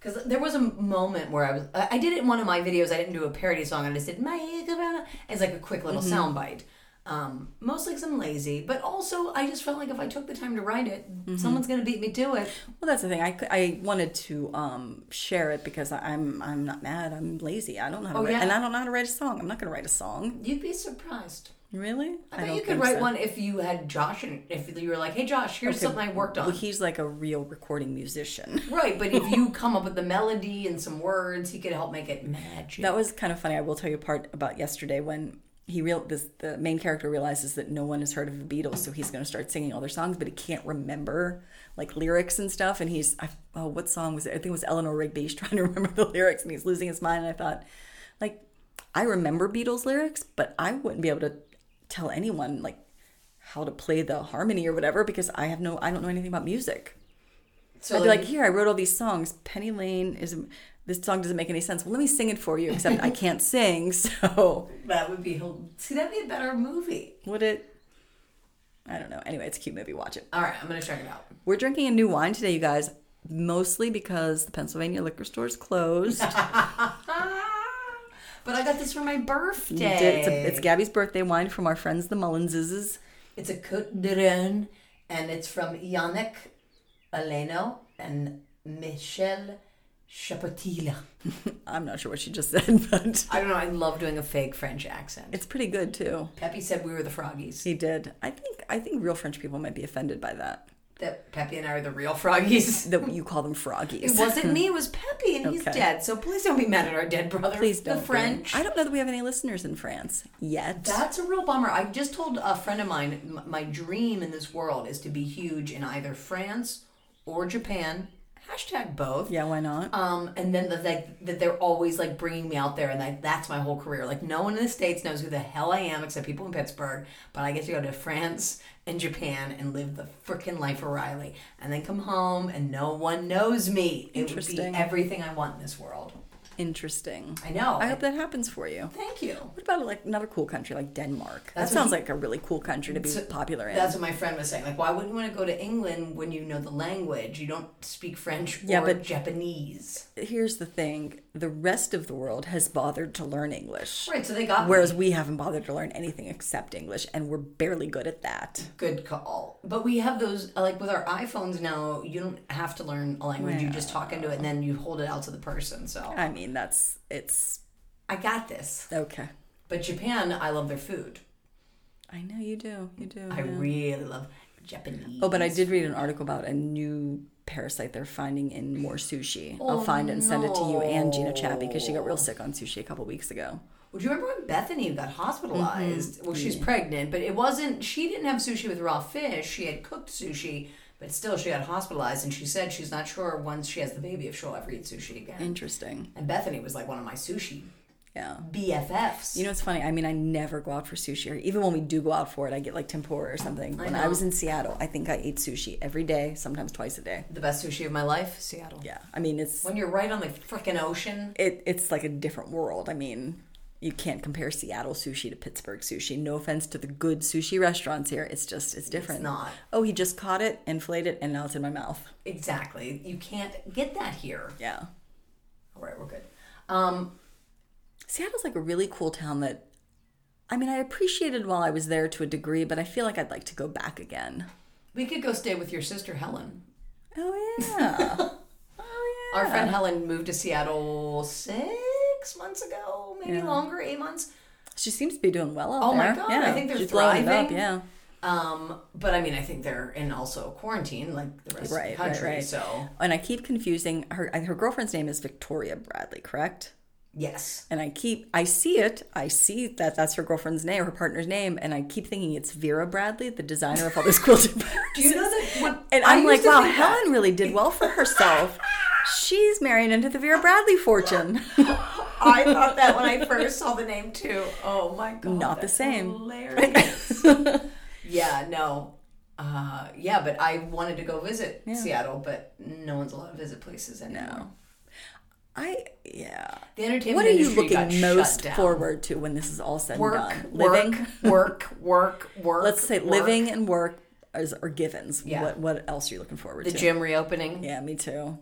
Speaker 2: Because there was a moment where I was, I I did it in one of my videos. I didn't do a parody song. I just did my Corona as like a quick little
Speaker 1: Mm-hmm.
Speaker 2: sound bite. Um, mostly because I'm lazy, but also I just felt like if I took the time to write it,
Speaker 1: Mm-hmm.
Speaker 2: someone's gonna beat me to it.
Speaker 1: Well, that's the thing. I, cou- I wanted to um, share it because I- I'm I'm not mad. I'm lazy. I don't know how to
Speaker 2: Oh,
Speaker 1: write,
Speaker 2: yeah.
Speaker 1: and I don't know how to write a song. I'm not going to write a song.
Speaker 2: You'd be surprised.
Speaker 1: Really?
Speaker 2: I bet
Speaker 1: don't
Speaker 2: you could
Speaker 1: think
Speaker 2: write
Speaker 1: so.
Speaker 2: one if you had Josh and if you were like, hey, Josh, here's
Speaker 1: Okay,
Speaker 2: something I worked on.
Speaker 1: Well, he's like a real recording musician.
Speaker 2: right, but if you come up with the melody and some words, he could help make it match.
Speaker 1: That was kind of funny. I will tell you a part about yesterday when he real this the main character realizes that no one has heard of the Beatles, so he's going to start singing all their songs, but he can't remember like lyrics and stuff. And he's I, oh, what song was it? I think it was Eleanor Rigby. He's trying to remember the lyrics, and he's losing his mind. And I thought, like, I remember Beatles lyrics, but I wouldn't be able to tell anyone like how to play the harmony or whatever because I have no I don't know anything about music.
Speaker 2: so
Speaker 1: I'd be like, here, I wrote all these songs. Penny Lane is this song doesn't make any sense. Well, let me sing it for you, except I can't sing. So
Speaker 2: that would be he'll- see that'd be a better movie.
Speaker 1: would it? I don't know. Anyway, it's a cute movie. Watch it.
Speaker 2: All right, I'm gonna check it out.
Speaker 1: We're drinking a new wine today, you guys, mostly because the Pennsylvania liquor store is closed.
Speaker 2: Ah, but I got this for my
Speaker 1: We
Speaker 2: birthday.
Speaker 1: did- it's, a- it's Gabby's birthday wine from our friends the Mullinses.
Speaker 2: It's a Cote de Rhône, and it's from Yannick Aleno and Michel Chapatilla.
Speaker 1: I'm not sure what she just said, but
Speaker 2: I don't know. I love doing a fake French accent.
Speaker 1: it's pretty good too.
Speaker 2: Peppy said we were the Froggies.
Speaker 1: He did. I think. I think real French people might be offended by that.
Speaker 2: That Peppy and I are the real Froggies.
Speaker 1: That you call them
Speaker 2: It
Speaker 1: froggies.
Speaker 2: wasn't me. It was Peppy, and he's
Speaker 1: Okay.
Speaker 2: dead. So please don't be mad at our dead brother.
Speaker 1: Please don't.
Speaker 2: The
Speaker 1: be.
Speaker 2: French.
Speaker 1: I don't know that we have any listeners in France yet.
Speaker 2: That's a real bummer. I just told a friend of mine m- my dream in this world is to be huge in either France or Japan. Hashtag both.
Speaker 1: yeah, why not?
Speaker 2: Um, and then the, like that they're always like bringing me out there, and like that's my whole career. Like no one in the states knows who the hell I am except people in Pittsburgh. But I get to go to France and Japan and live the freaking life of Riley, and then come home and no one knows me. It would be
Speaker 1: Interesting.
Speaker 2: everything I want in this world.
Speaker 1: Interesting.
Speaker 2: I know.
Speaker 1: I hope that happens for you.
Speaker 2: Thank you.
Speaker 1: What about like another cool country like Denmark?
Speaker 2: That's
Speaker 1: that
Speaker 2: what
Speaker 1: sounds
Speaker 2: he-
Speaker 1: like a really cool country to be
Speaker 2: So-
Speaker 1: popular in.
Speaker 2: That's what my friend was saying. Like, why wouldn't you want to go to England when you know the language? You don't speak French
Speaker 1: Yeah,
Speaker 2: or
Speaker 1: but-
Speaker 2: Japanese.
Speaker 1: Here's the thing: the rest of the world has bothered to learn English,
Speaker 2: Right, so they got me.
Speaker 1: whereas we haven't bothered to learn anything except English, and we're barely good at that.
Speaker 2: good call. But we have those like with our iPhones now. You don't have to learn a language. You just talk into it, and then you hold it out to the person. So
Speaker 1: I mean, that's it's
Speaker 2: I got this.
Speaker 1: okay.
Speaker 2: But Japan, I love their food.
Speaker 1: I know you do. You do.
Speaker 2: I really love Japanese.
Speaker 1: Oh, but I did read an article about a new parasite they're finding in more sushi.
Speaker 2: Oh,
Speaker 1: I'll find it and send it to you and Gina Chappie because she got real sick on sushi a couple weeks ago.
Speaker 2: Well, do you remember when Bethany got hospitalized? Well, she's pregnant, but it wasn't. She didn't have sushi with raw fish. She had cooked sushi, but still, she got hospitalized, and she said she's not sure once she has the baby if she'll ever eat sushi again.
Speaker 1: Interesting.
Speaker 2: And Bethany was like one of my sushi
Speaker 1: Yeah.
Speaker 2: BFFs.
Speaker 1: You know, it's funny. I mean, I never go out for sushi, or even when we do go out for it, I get like tempura or something. When I
Speaker 2: know.
Speaker 1: was in Seattle, I think I ate sushi every day, sometimes twice a day.
Speaker 2: the best sushi of my life, Seattle.
Speaker 1: Yeah. I mean, it's
Speaker 2: When you're right on the freaking ocean,
Speaker 1: it, it's like a different world. I mean, you can't compare Seattle sushi to Pittsburgh sushi. No offense to the good sushi restaurants here. It's just it's different.
Speaker 2: not.
Speaker 1: Oh, he just caught it, inflated it, and now it's in my mouth.
Speaker 2: exactly. You can't get that here.
Speaker 1: Yeah.
Speaker 2: All right, we're good. Um,
Speaker 1: Seattle's like a really cool town that I mean, I appreciated while I was there to a degree, but I feel like I'd like to go back again.
Speaker 2: we could go stay with your sister Helen.
Speaker 1: Oh yeah. oh yeah.
Speaker 2: Our friend Helen moved to Seattle six months ago, maybe longer, eight months.
Speaker 1: She seems to be doing well out
Speaker 2: Oh my
Speaker 1: there.
Speaker 2: God,
Speaker 1: Yeah.
Speaker 2: I think they're
Speaker 1: She's blowing it up,
Speaker 2: thriving.
Speaker 1: yeah.
Speaker 2: Um, but I mean, I think they're in also quarantine, like the rest
Speaker 1: Right,
Speaker 2: of the country.
Speaker 1: right, right.
Speaker 2: So
Speaker 1: And I keep confusing her her girlfriend's name is Victoria Bradley, correct?
Speaker 2: yes,
Speaker 1: And I keep I see it. I see that that's her girlfriend's name, her partner's name, and I keep thinking it's Vera Bradley, the designer of all this quilted
Speaker 2: do you know that? What,
Speaker 1: And I'm
Speaker 2: used
Speaker 1: like,
Speaker 2: to
Speaker 1: wow,
Speaker 2: think that.
Speaker 1: Helen really did well for herself. She's marrying into the Vera Bradley fortune.
Speaker 2: I thought that when I first saw the name too. Oh my god,
Speaker 1: Not the
Speaker 2: that's
Speaker 1: same.
Speaker 2: Hilarious. yeah, no, uh, yeah, but I wanted to go visit Seattle, but no one's allowed to visit places anymore.
Speaker 1: I yeah.
Speaker 2: The entertainment
Speaker 1: What are you
Speaker 2: industry got
Speaker 1: looking
Speaker 2: shut
Speaker 1: most
Speaker 2: down.
Speaker 1: forward to when this is all said
Speaker 2: Work,
Speaker 1: and done?
Speaker 2: work,
Speaker 1: Living.
Speaker 2: work, work, work.
Speaker 1: Let's say
Speaker 2: work.
Speaker 1: living and work is are givens.
Speaker 2: Yeah.
Speaker 1: What what else are you looking forward
Speaker 2: The
Speaker 1: to?
Speaker 2: gym reopening.
Speaker 1: Yeah, me too.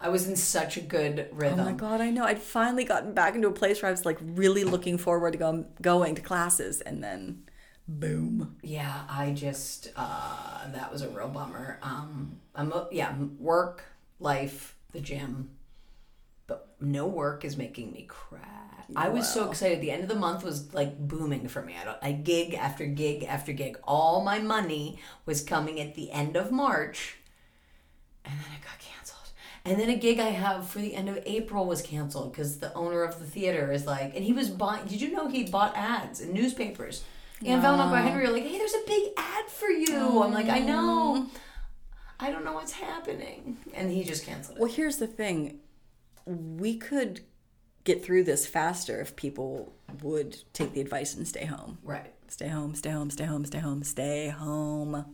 Speaker 2: I was in such a good rhythm.
Speaker 1: Oh my god, I know. I'd finally gotten back into a place where I was like really looking forward to go, going to classes, and then boom.
Speaker 2: Yeah, I just uh, that was a real bummer. Um, I'm yeah, work, life, the gym, but no work is making me cry. I was so excited. The end of the month was like booming for me. I, don't, I gig after gig after gig. All my money was coming at the end of March, and then it got canceled. And then a gig I have for the end of April was canceled because the owner of the theater is like, and he was buying. Did you know he bought ads in newspapers? And Valmont by Henry are like, hey, there's a big ad for you. I'm like, I know. I don't know what's happening. And he just canceled it.
Speaker 1: Well, here's the thing. We could get through this faster if people would take the advice and stay home.
Speaker 2: Right.
Speaker 1: Stay home, stay home, stay home, stay home, stay home.
Speaker 2: And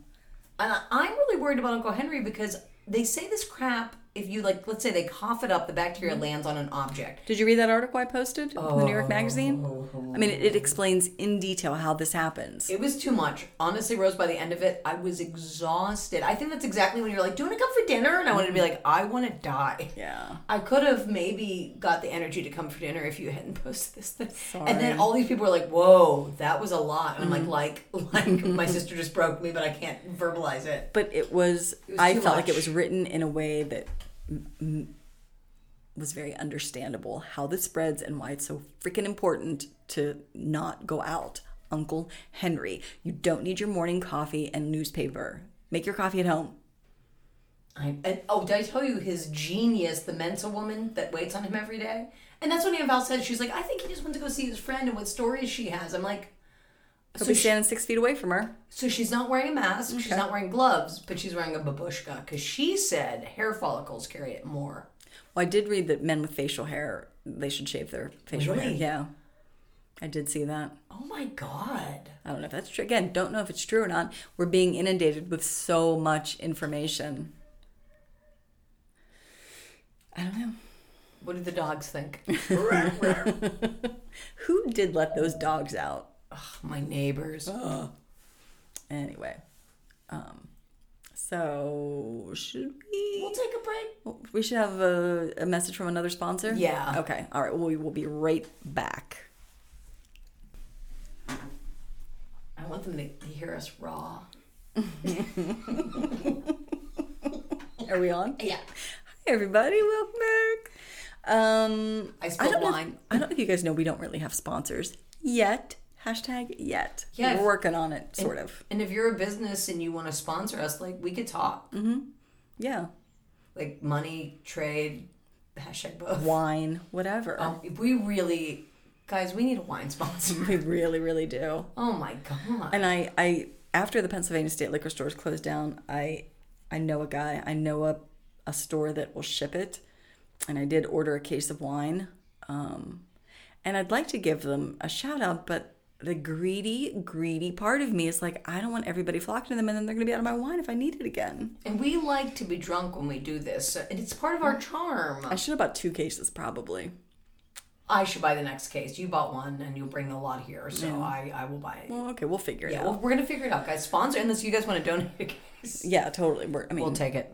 Speaker 2: I- I'm really worried about Uncle Henry because they say this crap. If you like, let's say they cough it up, the bacteria lands on an object.
Speaker 1: Did you read that article I posted in the New York Magazine? I mean, it, it explains in detail how this happens.
Speaker 2: It was too much. Honestly, Rose, by the end of it, I was exhausted. I think that's exactly when you're like, do you want to come for dinner? And I wanted to be like, I want to die.
Speaker 1: yeah.
Speaker 2: I could have maybe got the energy to come for dinner if you hadn't posted this thing. And then all these people were like, "Whoa, that was a lot." And I'm like, "Like, like my sister just broke me, but I can't verbalize it."
Speaker 1: But it was,
Speaker 2: was
Speaker 1: I
Speaker 2: too
Speaker 1: felt like it
Speaker 2: much.
Speaker 1: was written in a way that m- m- was very understandable how this spreads and why it's so freaking important to not go out. Uncle Henry, you don't need your morning coffee and newspaper. Make your coffee at home.
Speaker 2: I, and, oh, did I tell you his genius, the mental woman that waits on him every day? And that's what Aunt Val said. She's like, "I think he just went to go see his friend and what stories she has." I'm like,
Speaker 1: He'll be standing six feet away from her.
Speaker 2: So she's not wearing a mask, she's not wearing gloves, but she's wearing a babushka because she said hair follicles carry it more.
Speaker 1: Well, I did read that men with facial hair they should shave their facial hair.
Speaker 2: Really?
Speaker 1: Yeah, I did see that.
Speaker 2: Oh my god.
Speaker 1: I don't know if that's true. Again, don't know if it's true or not. We're being inundated with so much information. I don't know
Speaker 2: What did the dogs think?
Speaker 1: who did let those dogs out.
Speaker 2: my neighbors.
Speaker 1: Anyway, um, so should we?
Speaker 2: We'll take a break.
Speaker 1: We should have a, a message from another sponsor.
Speaker 2: Yeah.
Speaker 1: Okay. All right. Well, we will be right back.
Speaker 2: I want them to hear us raw.
Speaker 1: Are we on?
Speaker 2: Yeah.
Speaker 1: Hey everybody, welcome back. Um,
Speaker 2: I spilled
Speaker 1: don't know if-
Speaker 2: wine.
Speaker 1: I don't know if you guys know we don't really have sponsors yet. Hashtag yet.
Speaker 2: Yeah.
Speaker 1: We're working on it, sort of.
Speaker 2: And if you're a business and you want to sponsor us, like we could talk.
Speaker 1: Yeah.
Speaker 2: Like money, trade, hashtag both.
Speaker 1: Wine, whatever.
Speaker 2: Um, if we really, guys, we need a wine sponsor.
Speaker 1: We really, really do.
Speaker 2: Oh my god.
Speaker 1: And I, I after the Pennsylvania State Liquor Stores closed down, I I know a guy, I know a a store that will ship it. And I did order a case of wine. Um, and I'd like to give them a shout out, but the greedy, greedy part of me is like, I don't want everybody flocking to them and then they're gonna be out of my wine if I need it again.
Speaker 2: And we like to be drunk when we do this, so- and it's part of our charm.
Speaker 1: I should have bought two cases probably.
Speaker 2: I should buy the next case. You bought one, and you'll bring a lot here, so I, I will buy it.
Speaker 1: Well, okay, we'll figure it
Speaker 2: yeah,
Speaker 1: out.
Speaker 2: well, we're gonna figure it out, guys. Sponsor unless you guys want to donate a case.
Speaker 1: Yeah, totally. We're, I mean,
Speaker 2: We'll take it.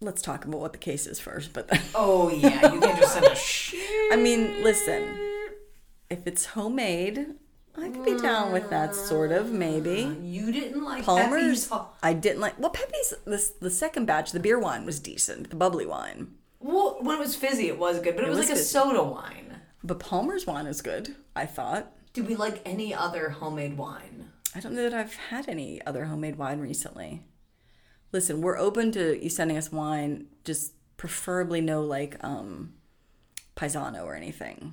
Speaker 1: let's talk about what the case is first, but
Speaker 2: Oh yeah, you can't just send a shit.
Speaker 1: I mean, listen, if it's homemade, I could be down with that sort of maybe.
Speaker 2: You didn't like
Speaker 1: Palmer's,
Speaker 2: Pepe's Ho-
Speaker 1: I didn't like. Well, Pepe's this the second batch, the beer wine was decent, the bubbly wine,
Speaker 2: Well, when it was fizzy, it was good, but it, was,
Speaker 1: was
Speaker 2: like a
Speaker 1: fizzy.
Speaker 2: soda wine.
Speaker 1: but Palmer's wine is good. I thought.
Speaker 2: Did we like any other homemade wine?
Speaker 1: I don't know that I've had any other homemade wine recently. Listen, we're open to you sending us wine, just preferably no like um Paisano or anything.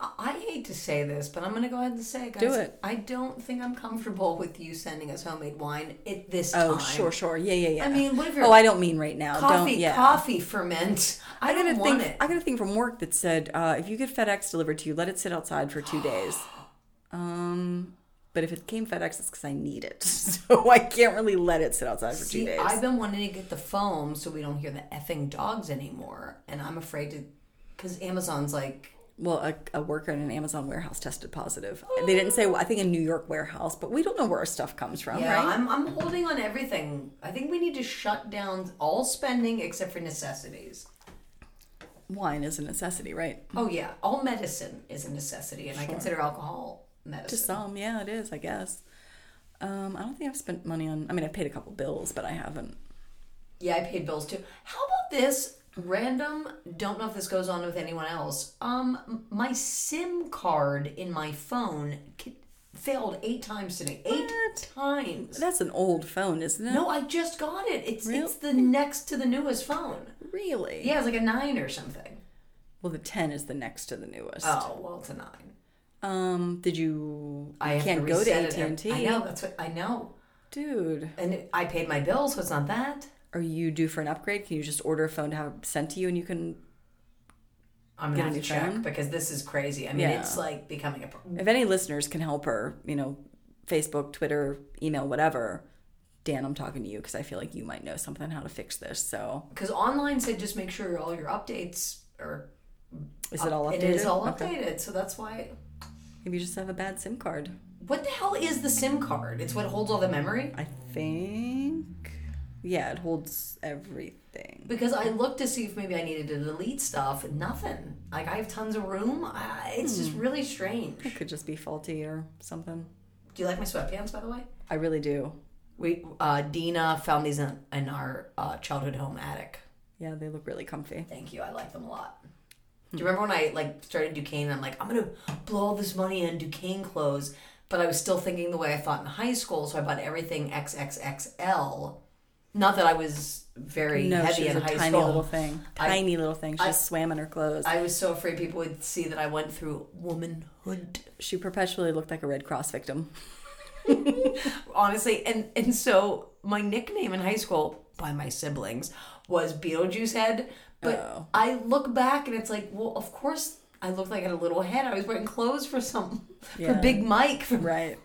Speaker 2: I- I hate to say this, but I'm going to go ahead and say it, guys.
Speaker 1: Do it.
Speaker 2: I don't think I'm comfortable with you sending us homemade wine at this
Speaker 1: Oh,
Speaker 2: time.
Speaker 1: sure, sure, yeah, yeah, yeah.
Speaker 2: I mean, what if you're-
Speaker 1: Oh, I don't mean right now.
Speaker 2: Coffee,
Speaker 1: don't, yeah.
Speaker 2: coffee ferment. I,
Speaker 1: I
Speaker 2: don't
Speaker 1: got a
Speaker 2: want
Speaker 1: thing.
Speaker 2: it.
Speaker 1: I got a thing from work that said uh, if you get FedEx delivered to you, let it sit outside for two days. Um, but if it came FedEx, it's because I need it, so I can't really let it sit outside for two
Speaker 2: See,
Speaker 1: days.
Speaker 2: I've been wanting to get the foam so we don't hear the effing dogs anymore, and I'm afraid to, because Amazon's like,
Speaker 1: well, a, a worker in an Amazon warehouse tested positive. They didn't say. I think a New York warehouse, but we don't know where our stuff comes from,
Speaker 2: yeah,
Speaker 1: right?
Speaker 2: I'm, I'm holding on everything. I think we need to shut down all spending except for necessities.
Speaker 1: Wine is a necessity, right?
Speaker 2: Oh yeah, all medicine is a necessity, and I consider alcohol
Speaker 1: To
Speaker 2: medicine.
Speaker 1: some, yeah, it is. I guess. Um, I don't think I've spent money on. I mean, I've paid a couple bills, but I haven't.
Speaker 2: Yeah, I paid bills too. How about this? Random, don't know if this goes on with anyone else. Um, m- my SIM card in my phone ki- failed eight times today. Eight times.
Speaker 1: That's an old phone, isn't it?
Speaker 2: No, I just got it. It's it's the next to the newest phone.
Speaker 1: Really?
Speaker 2: Yeah, it's like a nine or something.
Speaker 1: Well, the 10 is the next to the newest.
Speaker 2: Oh well, it's a nine.
Speaker 1: Um, did you? you
Speaker 2: I have
Speaker 1: can't
Speaker 2: to
Speaker 1: go to
Speaker 2: reset
Speaker 1: AT
Speaker 2: it every-
Speaker 1: and
Speaker 2: I
Speaker 1: T,
Speaker 2: know that's what I know,
Speaker 1: dude.
Speaker 2: and it- I paid my bill, so it's not that.
Speaker 1: Are you due for an upgrade? Can you just order a phone to have it sent to you, and you can?
Speaker 2: I'm
Speaker 1: Get
Speaker 2: gonna
Speaker 1: a
Speaker 2: have to
Speaker 1: new
Speaker 2: check
Speaker 1: phone?
Speaker 2: because this is crazy. I mean,
Speaker 1: Yeah.
Speaker 2: it's like becoming a. pro-
Speaker 1: If any listeners can help her, you know, Facebook, Twitter, email, whatever. Dan, I'm talking to you because I feel like you might know something how to fix this. So,
Speaker 2: Because online said just make sure all your updates are.
Speaker 1: is it all updated?
Speaker 2: Uh, It is all updated,
Speaker 1: Okay.
Speaker 2: so that's why.
Speaker 1: Maybe you just have a bad SIM card.
Speaker 2: What the hell is the SIM card? It's what holds all the memory.
Speaker 1: I think. Yeah, it holds everything.
Speaker 2: Because I looked to see if maybe I needed to delete stuff. Nothing. Like I have tons of room. I, it's just really strange.
Speaker 1: It could just be faulty or something.
Speaker 2: Do you like my sweatpants, by the way?
Speaker 1: I really do.
Speaker 2: We uh, Dina found these in, in our uh, childhood home attic.
Speaker 1: Yeah, they look really comfy.
Speaker 2: Thank you. I like them a lot. Do you remember when I like started Duquesne and I'm like, I'm gonna blow all this money on Duquesne clothes, but I was still thinking the way I thought in high school, so I bought everything XXXL. Not that I was very
Speaker 1: No,
Speaker 2: heavy
Speaker 1: she was
Speaker 2: in
Speaker 1: a
Speaker 2: high
Speaker 1: tiny
Speaker 2: school.
Speaker 1: little thing.
Speaker 2: I-
Speaker 1: Tiny little thing. She
Speaker 2: I-
Speaker 1: just swam in her clothes.
Speaker 2: I was so afraid people would see that I went through womanhood.
Speaker 1: she perpetually looked like a Red Cross victim.
Speaker 2: honestly and and so my nickname in high school by my siblings was beetlejuice head but
Speaker 1: Oh.
Speaker 2: i look back and it's like well of course i looked like I had a little head i was wearing clothes for some
Speaker 1: Yeah.
Speaker 2: for big mike from,
Speaker 1: Right.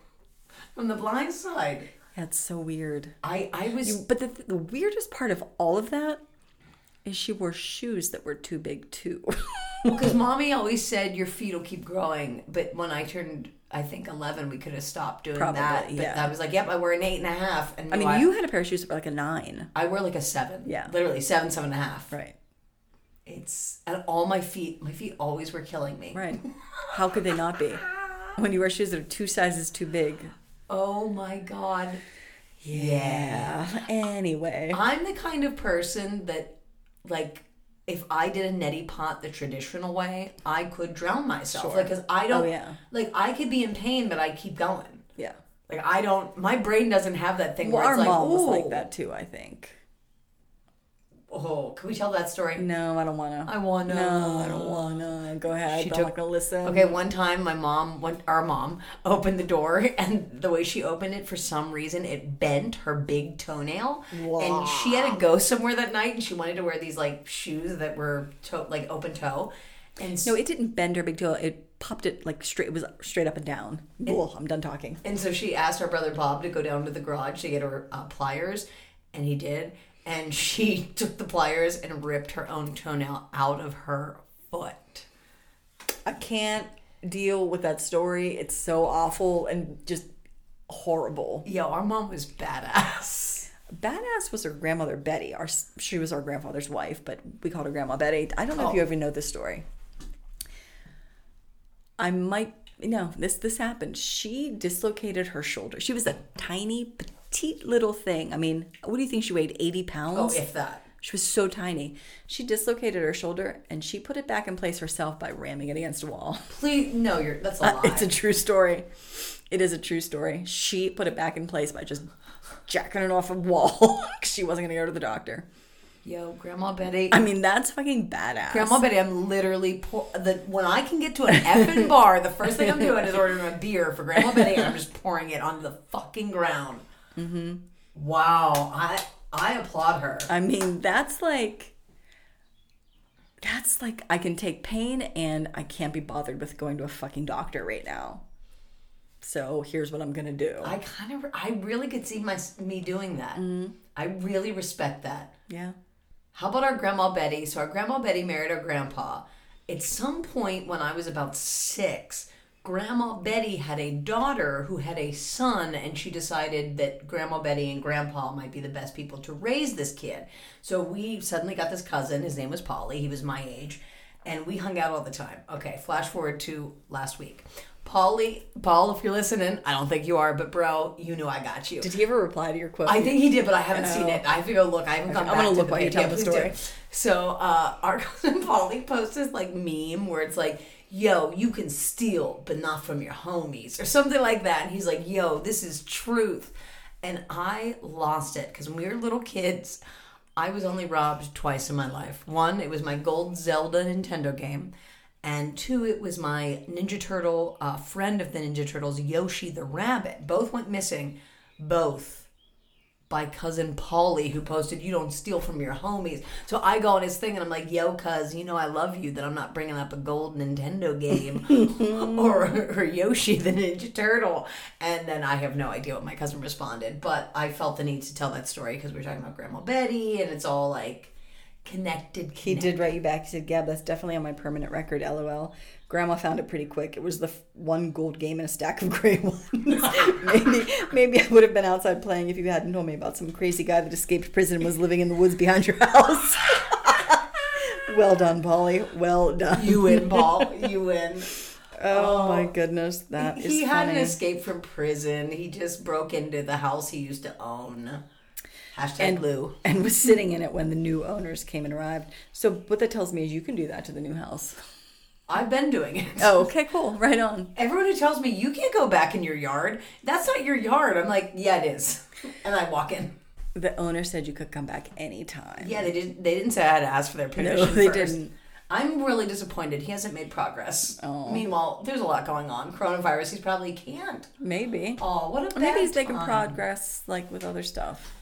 Speaker 2: from the blind side
Speaker 1: That's so weird.
Speaker 2: i i was
Speaker 1: But the, the weirdest part of all of that is she wore shoes that were too big, too.
Speaker 2: because mommy always said your feet will keep growing but when i turned i think 11 we could have stopped doing
Speaker 1: Probably,
Speaker 2: that but
Speaker 1: yeah.
Speaker 2: i was like yep i wear an eight and a half and
Speaker 1: I mean,
Speaker 2: I,
Speaker 1: you had a pair of shoes that were like a nine.
Speaker 2: i wear like a seven
Speaker 1: Yeah.
Speaker 2: literally seven seven and a half
Speaker 1: Right.
Speaker 2: it's and all my feet my feet always were killing me
Speaker 1: Right. How could they not be? When you wear shoes that are two sizes too big.
Speaker 2: Oh my god.
Speaker 1: Yeah. Anyway.
Speaker 2: I'm the kind of person that like if I did a neti pot the traditional way, I could drown myself. Like cuz I don't
Speaker 1: Oh, yeah.
Speaker 2: like I could be in pain but I keep going.
Speaker 1: Yeah.
Speaker 2: Like I don't my brain doesn't have that thing
Speaker 1: Well,
Speaker 2: where
Speaker 1: our
Speaker 2: it's like,
Speaker 1: mom was
Speaker 2: "Ooh,
Speaker 1: like that, too, I think.
Speaker 2: Oh, can we tell that story?
Speaker 1: No, I don't want to.
Speaker 2: I want to
Speaker 1: No, I don't want to. Go ahead.
Speaker 2: She
Speaker 1: I'm
Speaker 2: took-
Speaker 1: not going to listen.
Speaker 2: Okay, one time my mom, went, our mom, opened the door, and the way she opened it, for some reason, it bent her big toenail, and she had to go somewhere that night, and she wanted to wear these like shoes that were toe, like open toe, and so
Speaker 1: No, it didn't bend her big toe. It popped it like straight. It was straight up and down. Ugh, I'm done talking.
Speaker 2: and so she asked her brother Bob to go down to the garage to get her uh, pliers, and he did, and she took the pliers and ripped her own toenail out of her foot.
Speaker 1: I can't deal with that story. It's so awful and just horrible.
Speaker 2: Yo, our mom was badass.
Speaker 1: Badass was her grandmother Betty. Our she was our grandfather's wife, but we called her Grandma Betty. I don't know if you ever know this story. I might no, this this happened. She dislocated her shoulder. She was a tiny, petite little thing. I mean, what do you think she weighed? Eighty pounds.
Speaker 2: Oh, if that.
Speaker 1: She was so tiny. She dislocated her shoulder and she put it back in place herself by ramming it against a wall.
Speaker 2: Please, no, you're. That's a lie.
Speaker 1: Uh, It's a true story. It is a true story. She put it back in place by just jacking it off a wall. 'cause she wasn't going to go to the doctor.
Speaker 2: Yo, Grandma Betty.
Speaker 1: I mean, that's fucking badass.
Speaker 2: Grandma Betty, I'm literally pour- the when I can get to an effing bar, the first thing I'm doing is ordering a beer for Grandma Betty, and I'm just pouring it onto the fucking ground. Mm-hmm. Wow, I I applaud her.
Speaker 1: I mean, that's like. That's like I can take pain and I can't be bothered with going to a fucking doctor right now. So here's what I'm gonna do.
Speaker 2: I kind of I really could see my me doing that. I really respect that.
Speaker 1: yeah.
Speaker 2: How about our Grandma Betty? So our Grandma Betty married our grandpa. At some point when I was about six, Grandma Betty had a daughter who had a son, and she decided that Grandma Betty and Grandpa might be the best people to raise this kid. So we suddenly got this cousin. His name was Polly. He was my age. And we hung out all the time. Okay, flash forward to last week. Paulie, Paul, if you're listening, I don't think you are, but bro, you know I got you.
Speaker 1: Did he ever reply to your quote?
Speaker 2: I think he did, but I haven't seen
Speaker 1: Oh.
Speaker 2: it. I have to go look. I haven't gone.
Speaker 1: I'm
Speaker 2: back
Speaker 1: gonna
Speaker 2: to
Speaker 1: look
Speaker 2: the
Speaker 1: while you
Speaker 2: video.
Speaker 1: tell the
Speaker 2: Please
Speaker 1: story.
Speaker 2: do. So uh, our cousin Paulie posts this like meme where it's like, "Yo, you can steal, but not from your homies," or something like that. And he's like, "Yo, this is truth," and I lost it because when we were little kids. I was only robbed twice in my life. One, it was my gold Zelda Nintendo game. And two, it was my Ninja Turtle, uh, friend of the Ninja Turtles, Yoshi the Rabbit. Both went missing. Both by cousin Polly who posted you don't steal from your homies. So I go on his thing and I'm like, "Yo, cuz, you know I love you that I'm not bringing up a gold Nintendo game or, or Yoshi the Ninja Turtle." And then I have no idea what my cousin responded, but I felt the need to tell that story cuz we were talking about Grandma Betty and it's all like connected.
Speaker 1: He
Speaker 2: connected.
Speaker 1: did write you back. He said, Gab, that's definitely on my permanent record, lol. Grandma found it pretty quick. It was the f- one gold game in a stack of gray ones. maybe, maybe I would have been outside playing if you hadn't told me about some crazy guy that escaped prison and was living in the woods behind your house. well done, Polly. Well done.
Speaker 2: You win, Paul. You win.
Speaker 1: Oh, my goodness, that is
Speaker 2: he had
Speaker 1: funny.
Speaker 2: an escape from prison. He just broke into the house he used to own. Hashtag Lou.
Speaker 1: and was sitting in it when the new owners came and arrived. So what that tells me is you can do that to the new house.
Speaker 2: I've been doing it.
Speaker 1: Oh, okay, cool. Right on.
Speaker 2: Everyone who tells me you can't go back in your yard, that's not your yard. I'm like, yeah, it is, and I walk in.
Speaker 1: The owner said you could come back anytime.
Speaker 2: Yeah, they didn't. They didn't say I had to ask for their permission.
Speaker 1: they
Speaker 2: first.
Speaker 1: didn't.
Speaker 2: I'm really disappointed. He hasn't made progress. Meanwhile, there's a lot going on. Coronavirus. He probably can't.
Speaker 1: Maybe.
Speaker 2: Oh, what a bad
Speaker 1: Maybe he's making
Speaker 2: time.
Speaker 1: progress like with other stuff.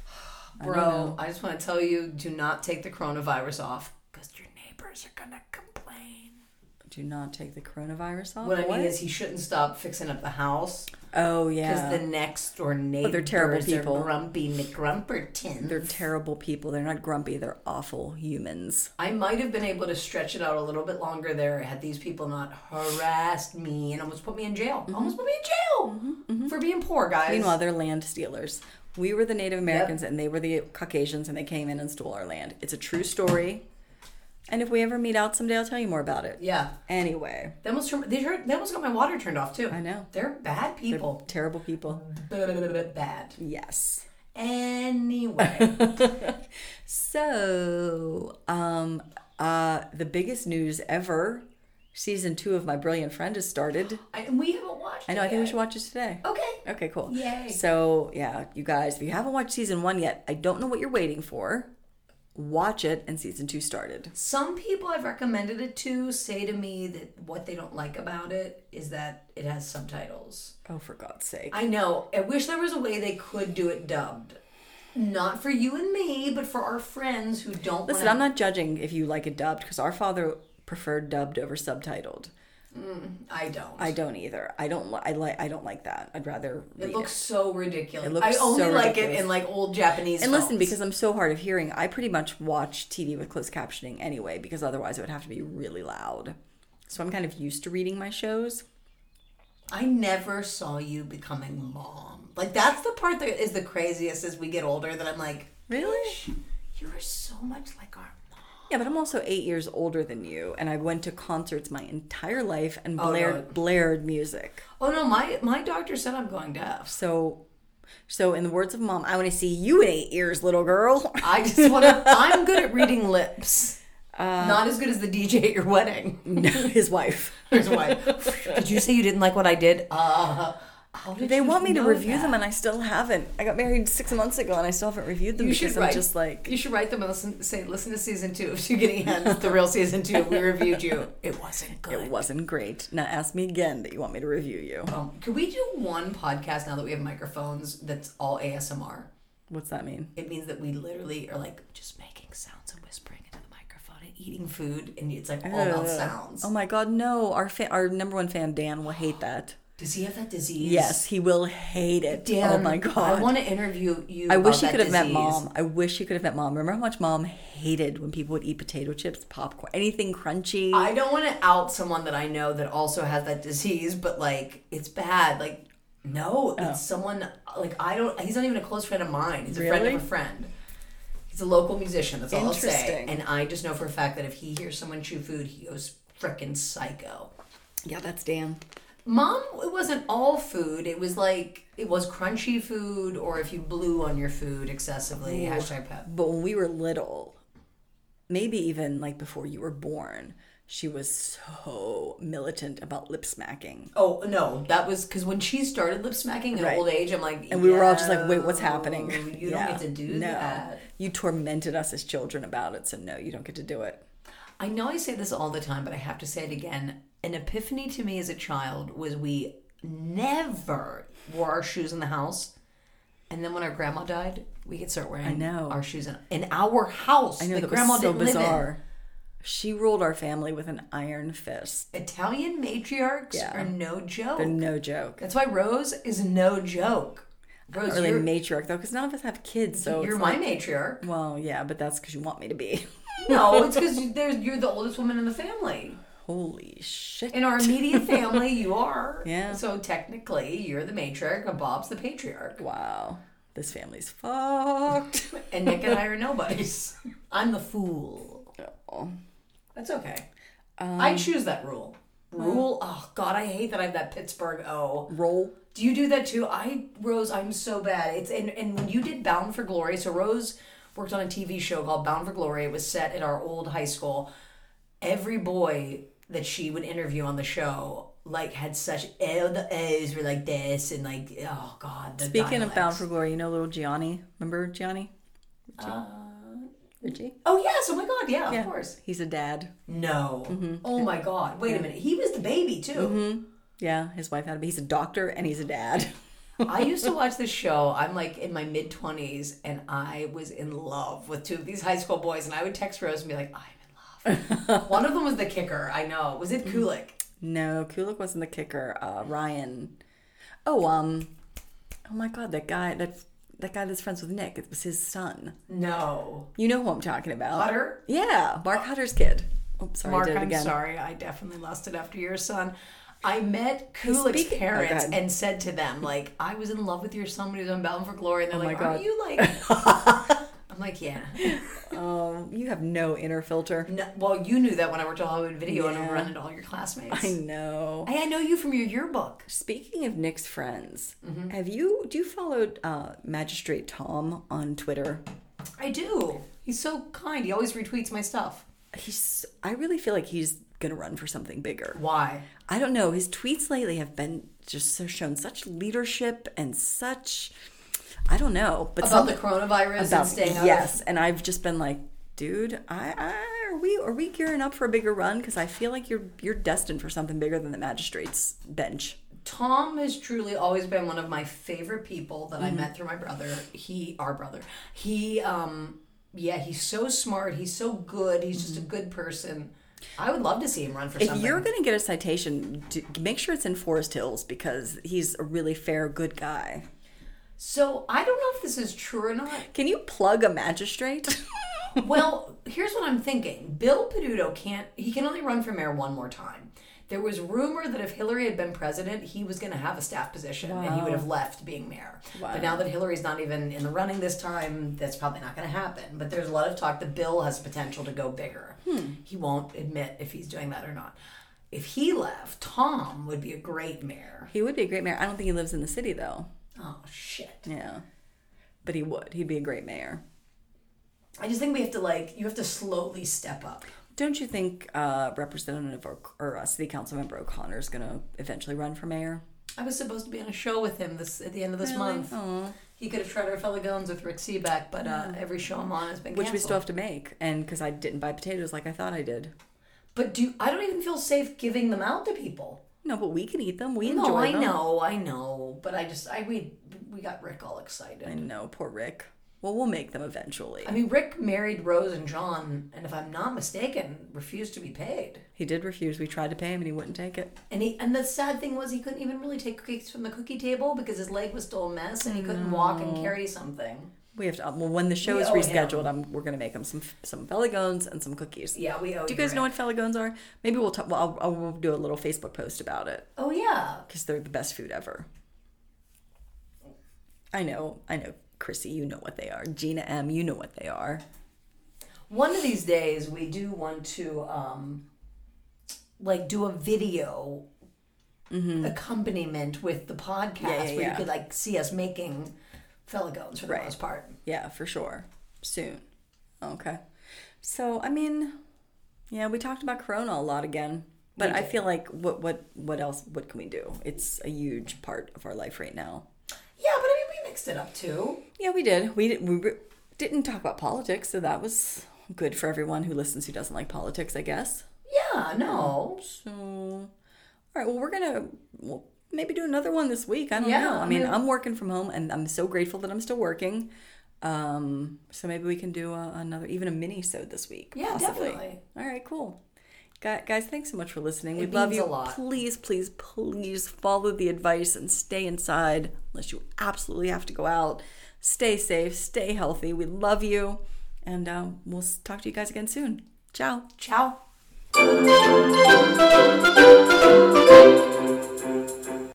Speaker 2: Bro, I, just want to tell you, do not take the coronavirus off because your neighbors are gonna complain.
Speaker 1: Do not take the coronavirus off.
Speaker 2: What, I mean is, he shouldn't stop fixing up the house
Speaker 1: oh
Speaker 2: because
Speaker 1: yeah,
Speaker 2: the next door neighbors
Speaker 1: they're terrible people.
Speaker 2: Are grumpy McGrumperton.
Speaker 1: they're terrible people. They're not grumpy. They're awful humans.
Speaker 2: I might have been able to stretch it out a little bit longer there had these people not harassed me and almost put me in jail. Almost put me in jail for being poor, guys.
Speaker 1: Mm-hmm. Meanwhile, they're land stealers. We were the Native Americans, and they were the Caucasians, and they came in and stole our land. It's a true story. And if we ever meet out someday, I'll tell you more about it.
Speaker 2: yeah,
Speaker 1: Anyway,
Speaker 2: they almost turned- they, turned- they almost got my water turned off too.
Speaker 1: I know.
Speaker 2: They're bad people.
Speaker 1: terrible people.
Speaker 2: Bad.
Speaker 1: Yes.
Speaker 2: Anyway,
Speaker 1: So, um, uh, the biggest news ever. Season two of My Brilliant Friend has started.
Speaker 2: I, and we haven't watched.
Speaker 1: I know. I think we should watch it today.
Speaker 2: Okay.
Speaker 1: Okay, cool.
Speaker 2: Yay.
Speaker 1: So, yeah, you guys, if you haven't watched season one yet, I don't know what you're waiting for. Watch it, and season two started.
Speaker 2: Some people I've recommended it to say to me that what they don't like about it is that it has subtitles.
Speaker 1: Oh, for God's sake.
Speaker 2: I know. I wish there was a way they could do it dubbed. Not for you and me, but for our friends who don't
Speaker 1: Listen, I'm
Speaker 2: wanna,
Speaker 1: not judging if you like it dubbed because our father preferred dubbed over subtitled.
Speaker 2: I don't.
Speaker 1: I don't either. I don't. Li- I like. I don't like that. I'd rather. read
Speaker 2: it looks so ridiculous.
Speaker 1: It looks
Speaker 2: I only
Speaker 1: so
Speaker 2: like
Speaker 1: ridiculous.
Speaker 2: it in like old Japanese.
Speaker 1: And listen,
Speaker 2: films.
Speaker 1: because I'm so hard of hearing, I pretty much watch TV with closed captioning anyway, because otherwise it would have to be really loud. So I'm kind of used to reading my shows.
Speaker 2: I never saw you becoming mom. Like that's the part that is the craziest as we get older that I'm like,
Speaker 1: Really?
Speaker 2: you are so much like our mom.
Speaker 1: Yeah, but I'm also eight years older than you, and I went to concerts my entire life and
Speaker 2: no.
Speaker 1: blared, blared music.
Speaker 2: Oh no, my my doctor said I'm going deaf.
Speaker 1: So, so in the words of mom, I want to see you in eight years, little girl.
Speaker 2: I just want to. I'm good at reading lips.
Speaker 1: Uh,
Speaker 2: Not as good as the DJ at your wedding.
Speaker 1: His wife.
Speaker 2: Here's why. Did you say you didn't like what I did? Uh, how did
Speaker 1: They
Speaker 2: you
Speaker 1: want me to
Speaker 2: know
Speaker 1: review
Speaker 2: that?
Speaker 1: them, and I still haven't. I got married six months ago, and I still haven't reviewed them
Speaker 2: You should
Speaker 1: because I'm
Speaker 2: write.
Speaker 1: just like,
Speaker 2: You should write them and listen, say, "Listen to season two of Two Getting Hands, the real season two. We reviewed you. It wasn't good.
Speaker 1: it wasn't great. Now ask me again that you want me to review you.
Speaker 2: Um, could we do one podcast now that we have microphones that's all ASMR?
Speaker 1: What's that mean?
Speaker 2: It means that we literally are like just making sounds and whispering into the microphone and eating food, and it's like all about sounds.
Speaker 1: Oh my God, no! Our fa- our number one fan Dan will hate that.
Speaker 2: Does he have that disease?
Speaker 1: Yes, he will hate it.
Speaker 2: Dan,
Speaker 1: oh my God.
Speaker 2: I want to interview you.
Speaker 1: I
Speaker 2: about
Speaker 1: wish he
Speaker 2: that
Speaker 1: could have met
Speaker 2: disease.
Speaker 1: mom. I wish he could have met mom. Remember how much mom hated when people would eat potato chips, popcorn, anything crunchy?
Speaker 2: I don't want to out someone that I know that also has that disease, but like it's bad. Like no,
Speaker 1: Oh.
Speaker 2: it's someone like I don't. He's not even a close friend of mine. He's a friend
Speaker 1: Really?
Speaker 2: of a friend. He's a local musician. That's all I'll say.
Speaker 1: Interesting.
Speaker 2: And I just know for a fact that if he hears someone chew food, he goes freaking psycho.
Speaker 1: yeah, that's Dan.
Speaker 2: Mom, it wasn't all food. It was like it was crunchy food, or if you blew on your food excessively. Hashtag pep.
Speaker 1: But when we were little, maybe even like before you were born, she was so militant about lip smacking.
Speaker 2: Oh no, that was because when she started lip smacking in
Speaker 1: Right.
Speaker 2: old age, I'm like,
Speaker 1: And we were all just like, wait, what's happening?
Speaker 2: "Yo, You don't get to do
Speaker 1: no.
Speaker 2: that.
Speaker 1: You tormented us as children about it, so no, you don't get to do it.
Speaker 2: I know I say this all the time, but I have to say it again. An epiphany to me as a child was we never wore our shoes in the house. And then when our grandma died, we could start wearing I
Speaker 1: know.
Speaker 2: our shoes in, in our house.
Speaker 1: I know
Speaker 2: that
Speaker 1: that
Speaker 2: grandma
Speaker 1: was so
Speaker 2: didn't live in.
Speaker 1: bizarre. She ruled our family with an iron fist.
Speaker 2: Italian matriarchs
Speaker 1: Yeah.
Speaker 2: are no joke.
Speaker 1: They're no joke.
Speaker 2: That's why Rose is no joke. Rose,
Speaker 1: Not really
Speaker 2: you're,
Speaker 1: matriarch though, because none of us have kids, so
Speaker 2: you're
Speaker 1: it's
Speaker 2: my
Speaker 1: like,
Speaker 2: matriarch.
Speaker 1: well, yeah, but that's because you want me to be.
Speaker 2: No, it's because you're the oldest woman in the family.
Speaker 1: Holy shit!
Speaker 2: In our immediate family, you are.
Speaker 1: Yeah.
Speaker 2: So technically, you're the matriarch and Bob's the patriarch.
Speaker 1: Wow, this family's fucked.
Speaker 2: And Nick and I are nobodies. I'm the fool.
Speaker 1: Oh. Um,
Speaker 2: That's okay. I choose that rule. Rule? Oh, God, I hate that I have that Pittsburgh O.
Speaker 1: Roll.
Speaker 2: Do you do that too? I, Rose, I'm so bad. It's And, and when you did Bound for Glory, so Rose worked on a TV show called Bound for Glory. It was set at our old high school. Every boy that she would interview on the show, like, had such, oh, the O's were like this, and like, oh, God. The
Speaker 1: Speaking
Speaker 2: dialects.
Speaker 1: of Bound for Glory, you know little Gianni. Remember Gianni? Richie.
Speaker 2: Oh, yes. Oh, my God. Yeah, Uh, of course.
Speaker 1: He's a dad.
Speaker 2: No.
Speaker 1: Mm-hmm.
Speaker 2: Oh my God. Wait a minute. He was the baby too.
Speaker 1: Yeah, his wife had him. He's a doctor and he's a dad. Mm-hmm.
Speaker 2: I used to watch this show. I'm like in my mid 20s and I was in love with two of these high school boys. And I would text Rose and be like, I'm in love. One of them was the kicker. I know. Was
Speaker 1: Mm-hmm.
Speaker 2: it Kulik?
Speaker 1: no, Kulik wasn't the kicker. Uh, Ryan. Oh, um, oh my God, that guy, that that guy that's friends with Nick. It was his son.
Speaker 2: No.
Speaker 1: You know who I'm talking about?
Speaker 2: Butter?
Speaker 1: Yeah, Mark Hutter's kid. Oops, sorry,
Speaker 2: Mark,
Speaker 1: I did it
Speaker 2: I'm
Speaker 1: again.
Speaker 2: sorry. I definitely lost it after your son. I met Kulik's
Speaker 1: speaking- oh,
Speaker 2: parents
Speaker 1: God.
Speaker 2: and said to them, like, I was in love with your son when he was on Bound for Glory. And they're like,
Speaker 1: Oh my
Speaker 2: are
Speaker 1: God.
Speaker 2: you like. I'm like, yeah.
Speaker 1: Um, you have no inner filter.
Speaker 2: No, well, you knew that when I worked at Hollywood Video and I
Speaker 1: Yeah.
Speaker 2: would run into all your classmates.
Speaker 1: I
Speaker 2: I,
Speaker 1: know.
Speaker 2: I know you from your yearbook.
Speaker 1: Speaking of Nick's friends, have you do you follow uh, Magistrate Tom on Twitter?
Speaker 2: I do. He's so kind. He always retweets my stuff.
Speaker 1: He's I really feel like he's gonna run for something bigger.
Speaker 2: Why?
Speaker 1: I don't know. His tweets lately have been just so shown such leadership and such. I don't know, but some-
Speaker 2: About the coronavirus and staying out.
Speaker 1: yes, and I've just been like, dude, I, I are we are we gearing up for a bigger run? Because I feel like you're you're destined for something bigger than the magistrate's bench.
Speaker 2: Of, Tom has truly always been one of my favorite people that I met through my brother. He, our brother. He, um, yeah, he's so smart. He's so good. He's just a good person. I would love to see him run for
Speaker 1: If
Speaker 2: something.
Speaker 1: you're going to get a citation, do, make sure it's in Forest Hills because he's a really fair, good guy.
Speaker 2: so I don't know if this is true or not.
Speaker 1: Can you plug a magistrate?
Speaker 2: well, here's what I'm thinking. Bill Peduto can't. He can only run for mayor one more time. There was rumor that if Hillary had been president, he was going to have a staff position and he would have left being mayor. But now that Hillary's not even in the running this time, that's probably not going to happen. But there's a lot of talk that Bill has potential to go bigger. He won't admit if he's doing that or not. If he left, Tom would be a great mayor.
Speaker 1: he would be a great mayor. I don't think he lives in the city though.
Speaker 2: Oh shit!
Speaker 1: Yeah, but he would. He'd be a great mayor.
Speaker 2: I just think we have to like you have to slowly step up.
Speaker 1: Don't you think uh, Representative or, or uh, City Council Member O'Connor is going to eventually run for mayor?
Speaker 2: I was supposed to be on a show with him this at the end of this month. He could have tried our fellow guns with Rick Seaback, but uh, every show I'm on has been
Speaker 1: Which
Speaker 2: canceled.
Speaker 1: we still have to make, and because I didn't buy potatoes like I thought I did.
Speaker 2: But do I don't even feel safe giving them out to people.
Speaker 1: No, but we can eat them. We enjoy
Speaker 2: No, I
Speaker 1: them.
Speaker 2: know, I know, but I just I we we got Rick all excited.
Speaker 1: I know. Poor Rick. Well, we'll make them eventually.
Speaker 2: I mean, Rick married Rose and John, and if I'm not mistaken, refused to be paid.
Speaker 1: He did refuse. We tried to pay him, and he wouldn't take it.
Speaker 2: And he and the sad thing was he couldn't even really take cookies from the cookie table because his leg was still a mess and he couldn't walk and carry something.
Speaker 1: We have to. uh, Well, when the show
Speaker 2: We
Speaker 1: is
Speaker 2: owe him.
Speaker 1: rescheduled, I'm, we're gonna make him some some feligones and some cookies.
Speaker 2: Yeah, we owe
Speaker 1: Do you guys
Speaker 2: Rick.
Speaker 1: know what feligones are? Maybe we'll talk. Well, I'll, I'll do a little Facebook post about it
Speaker 2: Oh yeah,
Speaker 1: because they're the best food ever. I know. I know. Chrissy, you know what they are. Gina M, you know what they are.
Speaker 2: One of these days, we do want to um, like do a video accompaniment with the podcast
Speaker 1: Mm-hmm. Yeah, yeah,
Speaker 2: where
Speaker 1: yeah.
Speaker 2: you could like see us making felicones for the
Speaker 1: Right.
Speaker 2: most part.
Speaker 1: Yeah, for sure. Soon. Okay. So I mean, yeah, we talked about Corona a lot again, but I feel like what what what else? What can we do? It's a huge part of our life right now.
Speaker 2: Yeah, but I mean we mixed it up too.
Speaker 1: Yeah, we did. We did. We re- didn't talk about politics, so that was good for everyone who listens who doesn't like politics, I guess.
Speaker 2: Yeah, no.
Speaker 1: So, all right. Well, we're gonna well, maybe do another one this week. I don't
Speaker 2: Yeah,
Speaker 1: know. I
Speaker 2: I
Speaker 1: mean,
Speaker 2: mean-
Speaker 1: I'm working from home, and I'm so grateful that I'm still working. Um, so maybe we can do a, another, even a mini sode this week.
Speaker 2: Yeah,
Speaker 1: possibly.
Speaker 2: definitely.
Speaker 1: All right, cool. Gu- Guys, thanks so much for listening. we
Speaker 2: It
Speaker 1: love
Speaker 2: means
Speaker 1: you.
Speaker 2: a lot.
Speaker 1: Please, please, please follow the advice and stay inside unless you absolutely have to go out. Stay safe, stay healthy. We love you, and um, we'll s- talk to you guys again soon. Ciao.
Speaker 2: Ciao.
Speaker 3: Thank